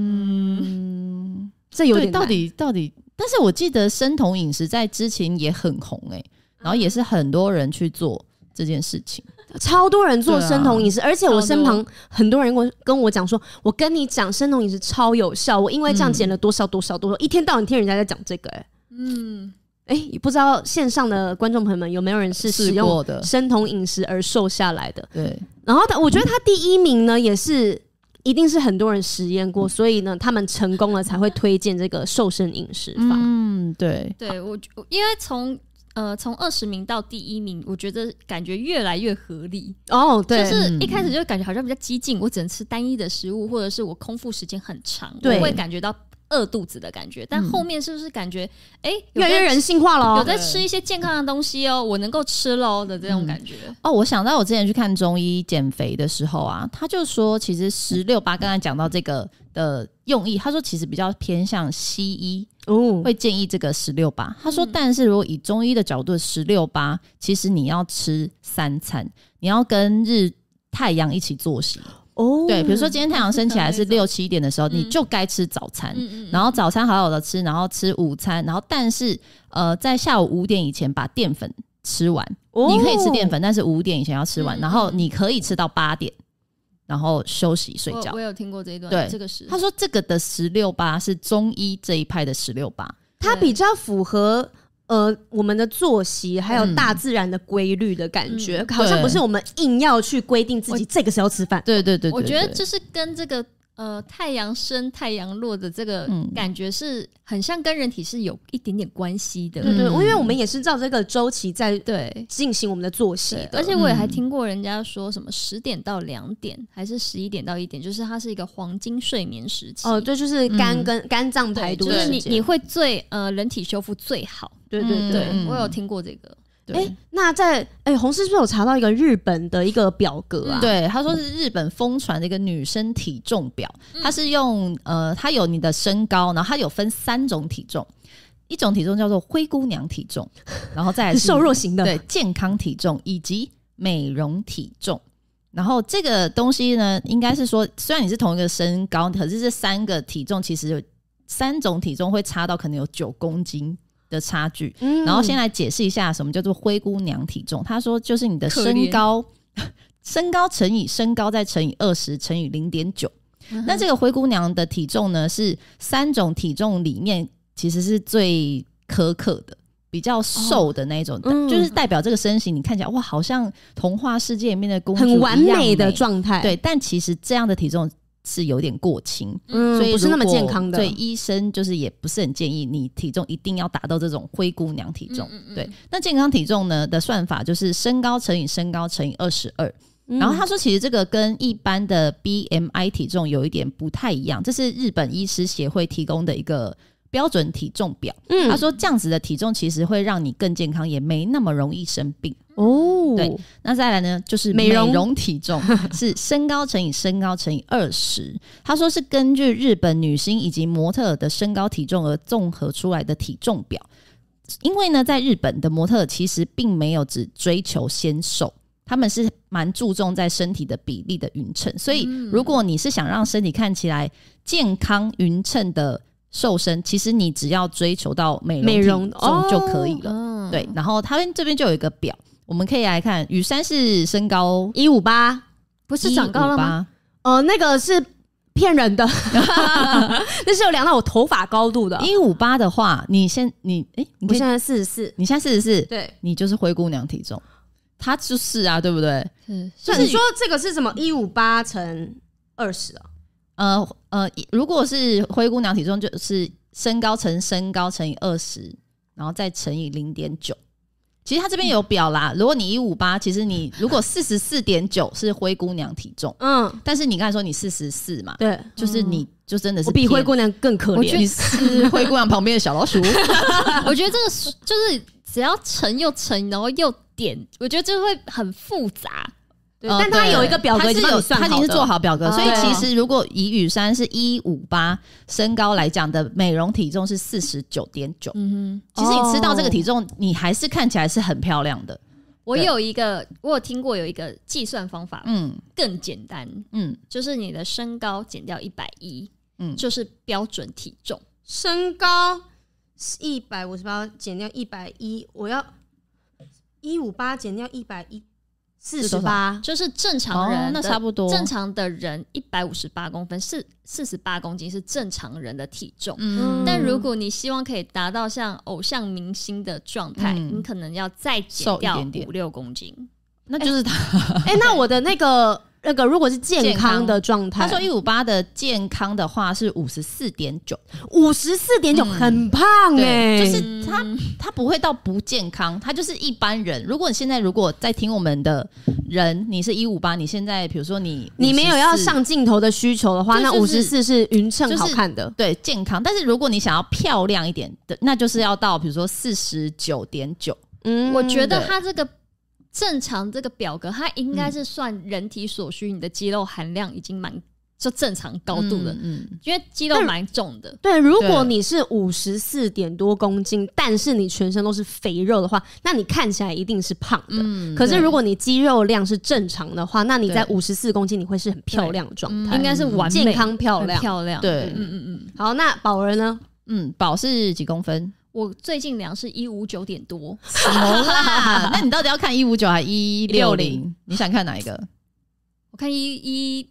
嗯，
这有
对，
点
到
难
底到底，但是我记得生酮饮食在之前也很红诶、然后也是很多人去做这件事情。
超多人做生
啊
酮饮食，而且我
超多
身旁很多人跟我跟我讲说，我跟你讲生酮饮食超有效，我因为这样减了多少多少多少，一天到晚听人家在讲这个、欸，
嗯，
哎、哎，不知道线上的观众朋友们有没有人是使
试
用
过的，
生酮饮食而瘦下来的？
对，
然后他，我觉得他第一名呢，也是一定是很多人实验过，所以呢，他们成功了才会推荐这个瘦身饮食法。
嗯，对，
对我我因为从呃从二十名到第一名，我觉得感觉越来越合理，
哦，对，
就是一开始就感觉好像比较激进，我只能吃单一的食物，或者是我空腹时间很长，我
对嗯
会感觉到饿肚子的感觉，但后面是不是感觉哎、
越
有
来越
在
人性化了、嗯
有
哦。
在吃一些健康的东西哦，我能够吃喽的这种感觉。
哦，我想到我之前去看中医减肥的时候啊，他就说，其实十六八刚才讲到这个的用意，他说其实比较偏向西医，
哦，
会建议这个十六八。他
嗯
说，但是如果以中医的角度，十六八其实你要吃三餐，你要跟日太阳一起作息。
哦，
对，比如说今天太阳升起来是六七点的时候，
嗯
你就该吃早餐。
嗯
然后早餐好好的吃，然后吃午餐，然后但是呃，在下午五点以前把淀粉吃完，
哦
你可以吃淀粉，但是五点以前要吃完，
嗯
然后你可以吃到八点，然后休息睡
我
觉
我。有听过这一段，
对
这个是
他说这个的十六八是中医这一派的十六八，
它
对
比较符合呃我们的作息，还有
嗯
大自然的规律的感觉，
嗯
好像
对
不是我们硬要去规定自己这个时候吃饭。
对对对
我觉得就是跟这个呃太阳升太阳落的这个
嗯
感觉是很像跟人体是有一点点关系的，
对对，
嗯
因为我们也是照这个周期在
对。
进行我们的作息
对，
的，
而且我也还
嗯
听过人家说什么十点到两点，还是十一点到一点，就是它是一个黄金睡眠时期。
哦，对，就是肝
嗯
跟、肝脏
对
排毒
就
的
是
时
你
间
你会最呃人体修复最好。
对对对。
对、
嗯
我有听过这个，
对
哎、那在哎、红师是不是有查到一个日本的一个表格啊？
嗯对，他说是日本疯传的一个女生体重表，
嗯
它是用呃，它有你的身高，然后它有分三种体重，一种体重叫做灰姑娘体重，然后再来
很
是
瘦弱型的，
对健康体重以及美容体重。然后这个东西呢，应该是说，虽然你是同一个身高，可是这三个体重其实有三种体重会差到可能有九公斤的差距。
嗯
然后先来解释一下什么叫做灰姑娘体重。他说就是你的
可
身
怜
高， 身高乘以身高再乘以二十乘以零点九。
嗯
那这个灰姑娘的体重呢，是三种体重里面其实是最苛刻的。比较瘦的那一种，
嗯
就是代表这个身形，你看起来哇，好像童话世界里面的公主
很完
一样欸
美的状态，
对，但其实这样的体重是有点过轻，
嗯，
所以
不是那么
如果
健康的，
对，医生就是也不是很建议你体重一定要达到这种灰姑娘体重。
嗯嗯嗯
对，那健康体重呢的算法就是身高乘以身高乘以二十二。
嗯
然后他说，其实这个跟一般的 BMI 体重有一点不太一样，这是日本医师协会提供的一个标准体重表。
嗯
他说，这样子的体重其实会让你更健康，也没那么容易生病。
哦，
对那再来呢，就是美
美容
容体重是身高乘以身高乘以二十。他说是根据日本女星以及模特儿的身高体重而综合出来的体重表。因为呢，在日本的模特儿其实并没有只追求纤瘦，他们是蛮注重在身体的比例的匀称。所以，如果你是想让身体看起来健康匀称的瘦身，其实你只要追求到美容
美容
体重就可以了。
嗯，
对，然后他们这边就有一个表，我们可以来看。雨珊是身高
一五八，
不是长高了吗？
吗？
哦，那个是骗人 的，那是有量到我头发高度的。
一五八的话，你先你哎、
我
你可以
现在四十四，
你现在四十四，
对。
你就是灰姑娘体重，她就是啊，对不对？
是，
所
就
以
是
你说这个是什么？一五八乘二十啊？
呃呃，一如果是灰姑娘体重，就是身高乘身高乘以二十，然后再乘以零点九。其实它这边有表啦，如果你一五八，其实你如果四十四点九是灰姑娘体重，
嗯，
但是你刚才说你四十四嘛，
对，
就是你就真的是
嗯我比
偏
灰姑娘更可
我觉得
怜。
你是灰姑娘旁边的小老 鼠，
我觉得这个是就是只要乘又乘，然后又点，我觉得就会很复杂。
对
呃
但它有一个表格
它
已
是
经帮
有，
你算
它
好
已
的
经是做好表格，
哦
所以其实如果以雨珊是一五八身高来讲的美容体重是四十九点九，
嗯
其实你吃到这个体重，你还是看起来是很漂亮的，
哦
哼，我
对
有一个，我有听过有一个计算方法
嗯
更简单，
嗯，
就是你的身高减掉一百一，
嗯
就是标准体重。
身高一百五十八，减掉一百一，我要一五八减掉一百一，四十
多
八。
就是正常人、
哦那差不多
正常的人一百五十八公分，四四十八公斤是正常人的体重。
嗯
但如果你希望可以达到像偶像明星的状态，
嗯
你可能要再减
瘦一
掉
点点
五六公斤。
那就是他
哎，那我的那个那个，如果是健
健
康
康
的状态，
他说一五八的健康的话是五十四点九，
五十四点九，
嗯
很胖哎、
对，就是
嗯
他他不会到不健康，他就是一般人。如果你现在如果在听我们的人，你是一五八，你现在比如说你
你没有要
54
上镜头的需求的话，
对
那五
就
十
是
四是匀称
就是
好看的。
对健康，但是如果你想要漂亮一点的，那就是要到比如说四十九点九，
嗯
我觉得
对
它这个正常这个表格，它应该是算人体所需，你的肌肉含量已经蛮就正常高度了，
嗯，嗯
因为肌肉蛮重的。
对，如果
对
你是五十四点多公斤，但是你全身都是肥肉的话，那你看起来一定是胖的。
嗯
可是
对
如果你肌肉量是正常的话，那你在
对
五十四公斤你会是很漂亮的状态，
嗯应该是完美、
健康漂
很
亮。
漂亮。
对
嗯嗯嗯。
好，那宝儿呢？
嗯，宝是几公 分？
我最近量是一五九点多，
什么啦？ 那你到底要看一五九还一六零？你想看哪一个？
我看一一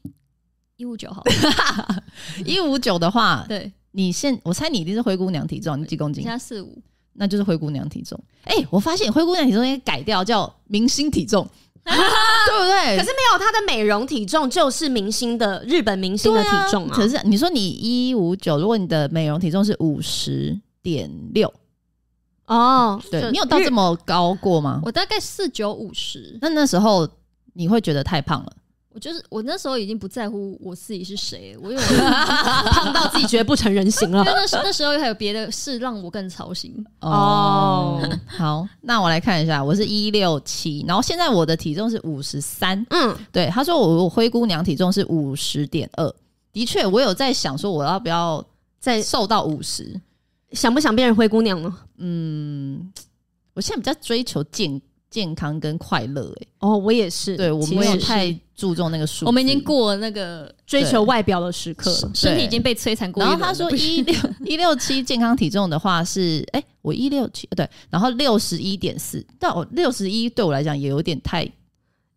一五九 好了，
一五九的话，
对，
你现我猜你一定是灰姑娘体重，你几公
现
斤？
在四五，
那就是灰姑娘体重。哎、我发现灰姑娘体重应该改掉叫明星体 重，对不对？
可是没有，她的美容体重就是明星的日本明星的体重啊。
可是你说你一五九，如果你的美容体重是五十点六，
哦，
对
就
你有到
日
这么高过吗？
我大概四九五十。
那那时候你会觉得太胖了，
我就是我那时候已经不在乎我自己是谁，我有因为
胖到自己觉得不成人形了。
那时 那时候还有别的事让我更 操心。
哦
好，那我来看一下，我是一六七，然后现在我的体重是五十三。
嗯，
对，他说我我灰姑娘体重是五十点二，的确，我有在想说我要不要
在
瘦到五十。
想不想变成灰姑娘呢？
嗯，我现在比较追求健健康跟快乐、欸，
哦，我也是，
对我
其
没有
实是
太注重那个数字，
我们已经过了那个
追求外表的时刻了。
身身体已经被摧残过一
然后
轮了。
他说一六一六七健康体重的话是，哎、我一六七对，然后六十一点四，但我六十一对我来讲也有点太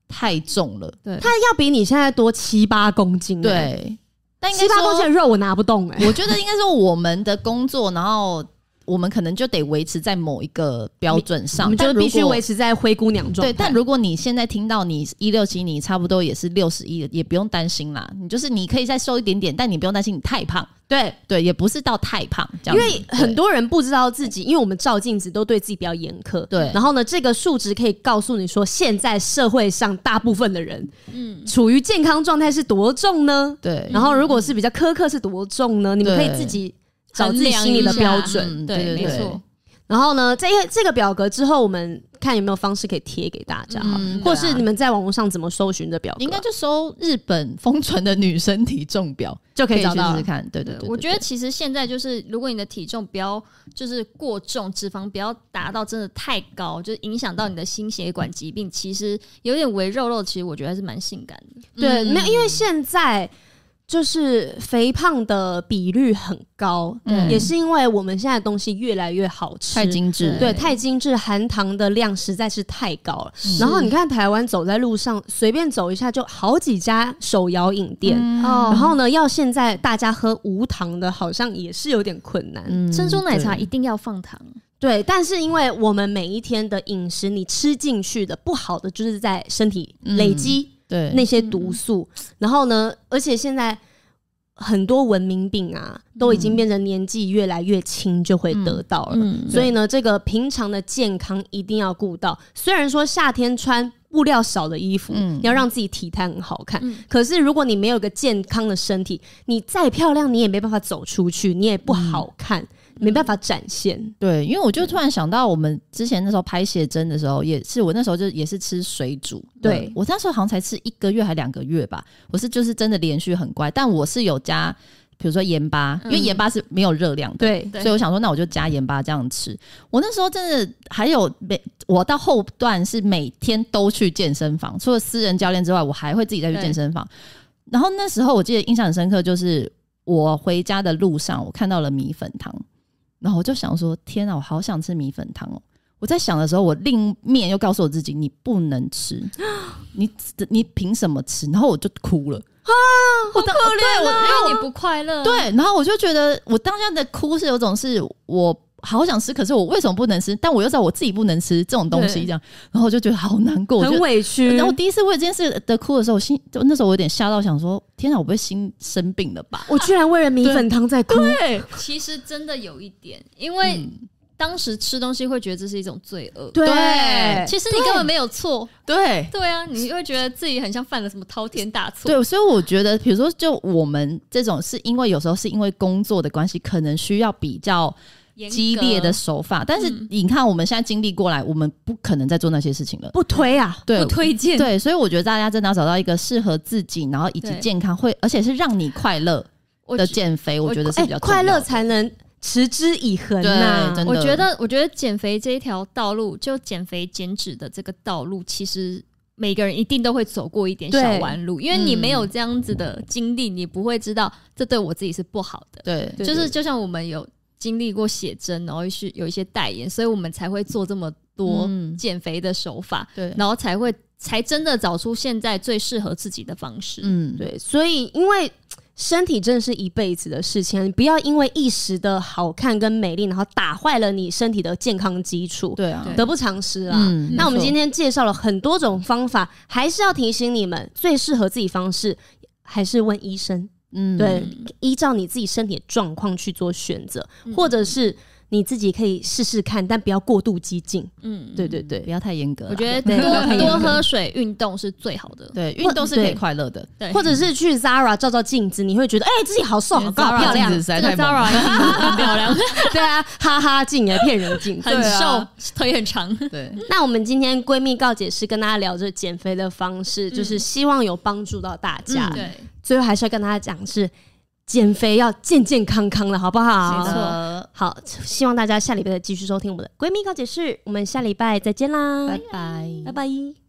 太重了，
对，
它要比你现在多七八公斤、欸，
对。但应该
七八公斤的
说，
肉我拿不动哎、
我觉得应该说我们的工作，然后我们可能就得维持在某一个标准
我
上，
们就
但如
必须
果
维持在灰姑娘状态。
对，但如果你现在听到你一六七，你差不多也是六十一，也不用担心啦。你就是你可以再瘦一点点，但你不用担心你太胖。对对，也不是到太胖这样
因
子，
为很多人不知道自己，因为我们照镜子都对自己比较严苛。
对
然后呢，这个数值可以告诉你说，现在社会上大部分的人
嗯，
处于健康状态是多重呢？
对对
然后如果是比较苛刻是多重呢？你们可以
对
自己找自己心里的标准。
嗯
对
对对
没
对
错，
然后呢，这个这个表格之后，我们看有没有方式可以贴给大家哈，
嗯
或
对
是
啊
你们在网络上怎么搜寻这表格啊，
你应该就搜日本封存的女生体重表，
就可以
去
找到
试
了
试。看。对对对，对
我觉得
对
其实现在就是，如果你的体重不要就是过重，脂肪不要达到真的太高，就是影响到你的心血管疾病，其实有点微肉肉，其实我觉得还是蛮性感的。
对，
嗯
没有，因为现在就是肥胖的比率很高，
嗯
也是因为我们现在的东西越来越好吃，
太精致了，
对，太精致，含糖的量实在是太高了。
是
然后你看台湾走在路上，随便走一下就好几家手摇饮店。
嗯
哦
然后呢，要现在大家喝无糖的，好像也是有点困难。
嗯
珍珠奶茶
对
一定要放糖，
对，但是因为我们每一天的饮食，你吃进去的不好的，就是在身体
嗯
累积
对
那些毒素。然后呢，而且现在很多文明病啊，都已经变成年纪越来越轻就会得到了。
嗯，
所以呢，这个平常的健康一定要顾到。虽然说夏天穿布料少的衣服，
嗯
要让自己体态很好看，
嗯
可是如果你没有个健康的身体，你再漂亮，你也没办法走出去，你也不好看，没办法展现。
对，因为我就突然想到，我们之前那时候拍写真的时候，也是我那时候就也是吃水煮。
对
嗯我那时候好像才吃一个月还两个月吧，我是就是真的连续很乖，但我是有加，比如说盐巴，因为
嗯
盐巴是没有热量的。
对
对
所以我想说，那我就加盐巴这样吃。我那时候真的还有每我到后段是每天都去健身房，除了私人教练之外，我还会自己再去
对
健身房。然后那时候我记得印象很深刻，就是我回家的路上，我看到了米粉汤，然后我就想说：天啊，我好想吃米粉汤哦！我在想的时候，我另面又告诉我自己：你不能吃，你你凭什么吃？然后我就哭了啊！我当
哦
对我
因为你不快乐，，
对，然后我就觉得我当下的哭是有种是我好想吃，可是我为什么不能吃？但我又知道我自己不能吃这种东西，
对
这样，然后我就觉得好难过，我
很
就。
委屈。
然后我第一次为这件事的哭的时候，我心就那时候我有点吓到，想说天哪，我不会心生病了吧？
我居然为了米粉汤在哭，
对，
其实真的有一点，因为当时吃东西会觉得这是一种罪恶，
对
对
其实你根本没有错，
对，
对啊，你会觉得自己很像犯了什么滔天大错，
对，所以我觉得，比如说，就我们这种，是因为有时候是因为工作的关系，可能需要比较
严格
激烈的手法。但是
嗯
你看，我们现在经历过来，我们不可能再做那些事情了。
不推啊！
对，
不推荐，
对，所以我觉得大家真的要找到一个适合自己，然后以及
对
健康会，而且是让你快乐
我
的
觉
减肥，我
我
觉得是
哎、
比较重要
快
的
乐才能持之以恒啊
对
呐、
真的
我觉得，我觉得减肥这一条道路，就减肥减脂的这个道路，其实每个人一定都会走过一点小
对
弯路，因为你
嗯
没有这样子的经历，你不会知道这对我自己是不好的。
对，
对
就是就像我们有经历过写真，然后是有一些代言，所以我们才会做这么多
嗯
减肥的手法，
对，
然后才会才真的找出现在最适合自己的方式。
嗯，
对，所以因为身体真的是一辈子的事情，你不要因为一时的好看跟美丽，然后打坏了你身体的健康基础，
对啊，
对
得不偿失啊。
嗯
那我们今天
天
介绍了很多种方法，还是要提醒你们，最适合自己方式还是问医生，
嗯
对，依照你自己身体的状况去做选择，
嗯
或者是你自己可以试试看，但不要过度激进。
嗯，
对对对
不，要太严格啦，啊
我觉得
对不要太
多
严格
多喝水、运动是最好的。
对运动是可以快乐的，
对，
或者是去 Zara 照照镜子，你会觉得哎、自己好瘦，好高，好
Zara
漂亮
镜子。实在
这个
太猛
Zara
了
一定很漂亮，
对啊，哈哈镜也骗人镜。
很
对
瘦，
啊
腿很长。
对，
那我们今天闺蜜告解是跟大家聊着减肥的方式，就是希望有帮助到大家。
嗯
对，
最后还是要跟大家讲是，减肥要健健康康的，好不好？
没错
呃
好，希望大家下礼拜再继续收听我们的闺蜜告解室，我们下礼拜再见啦，
拜拜
拜。拜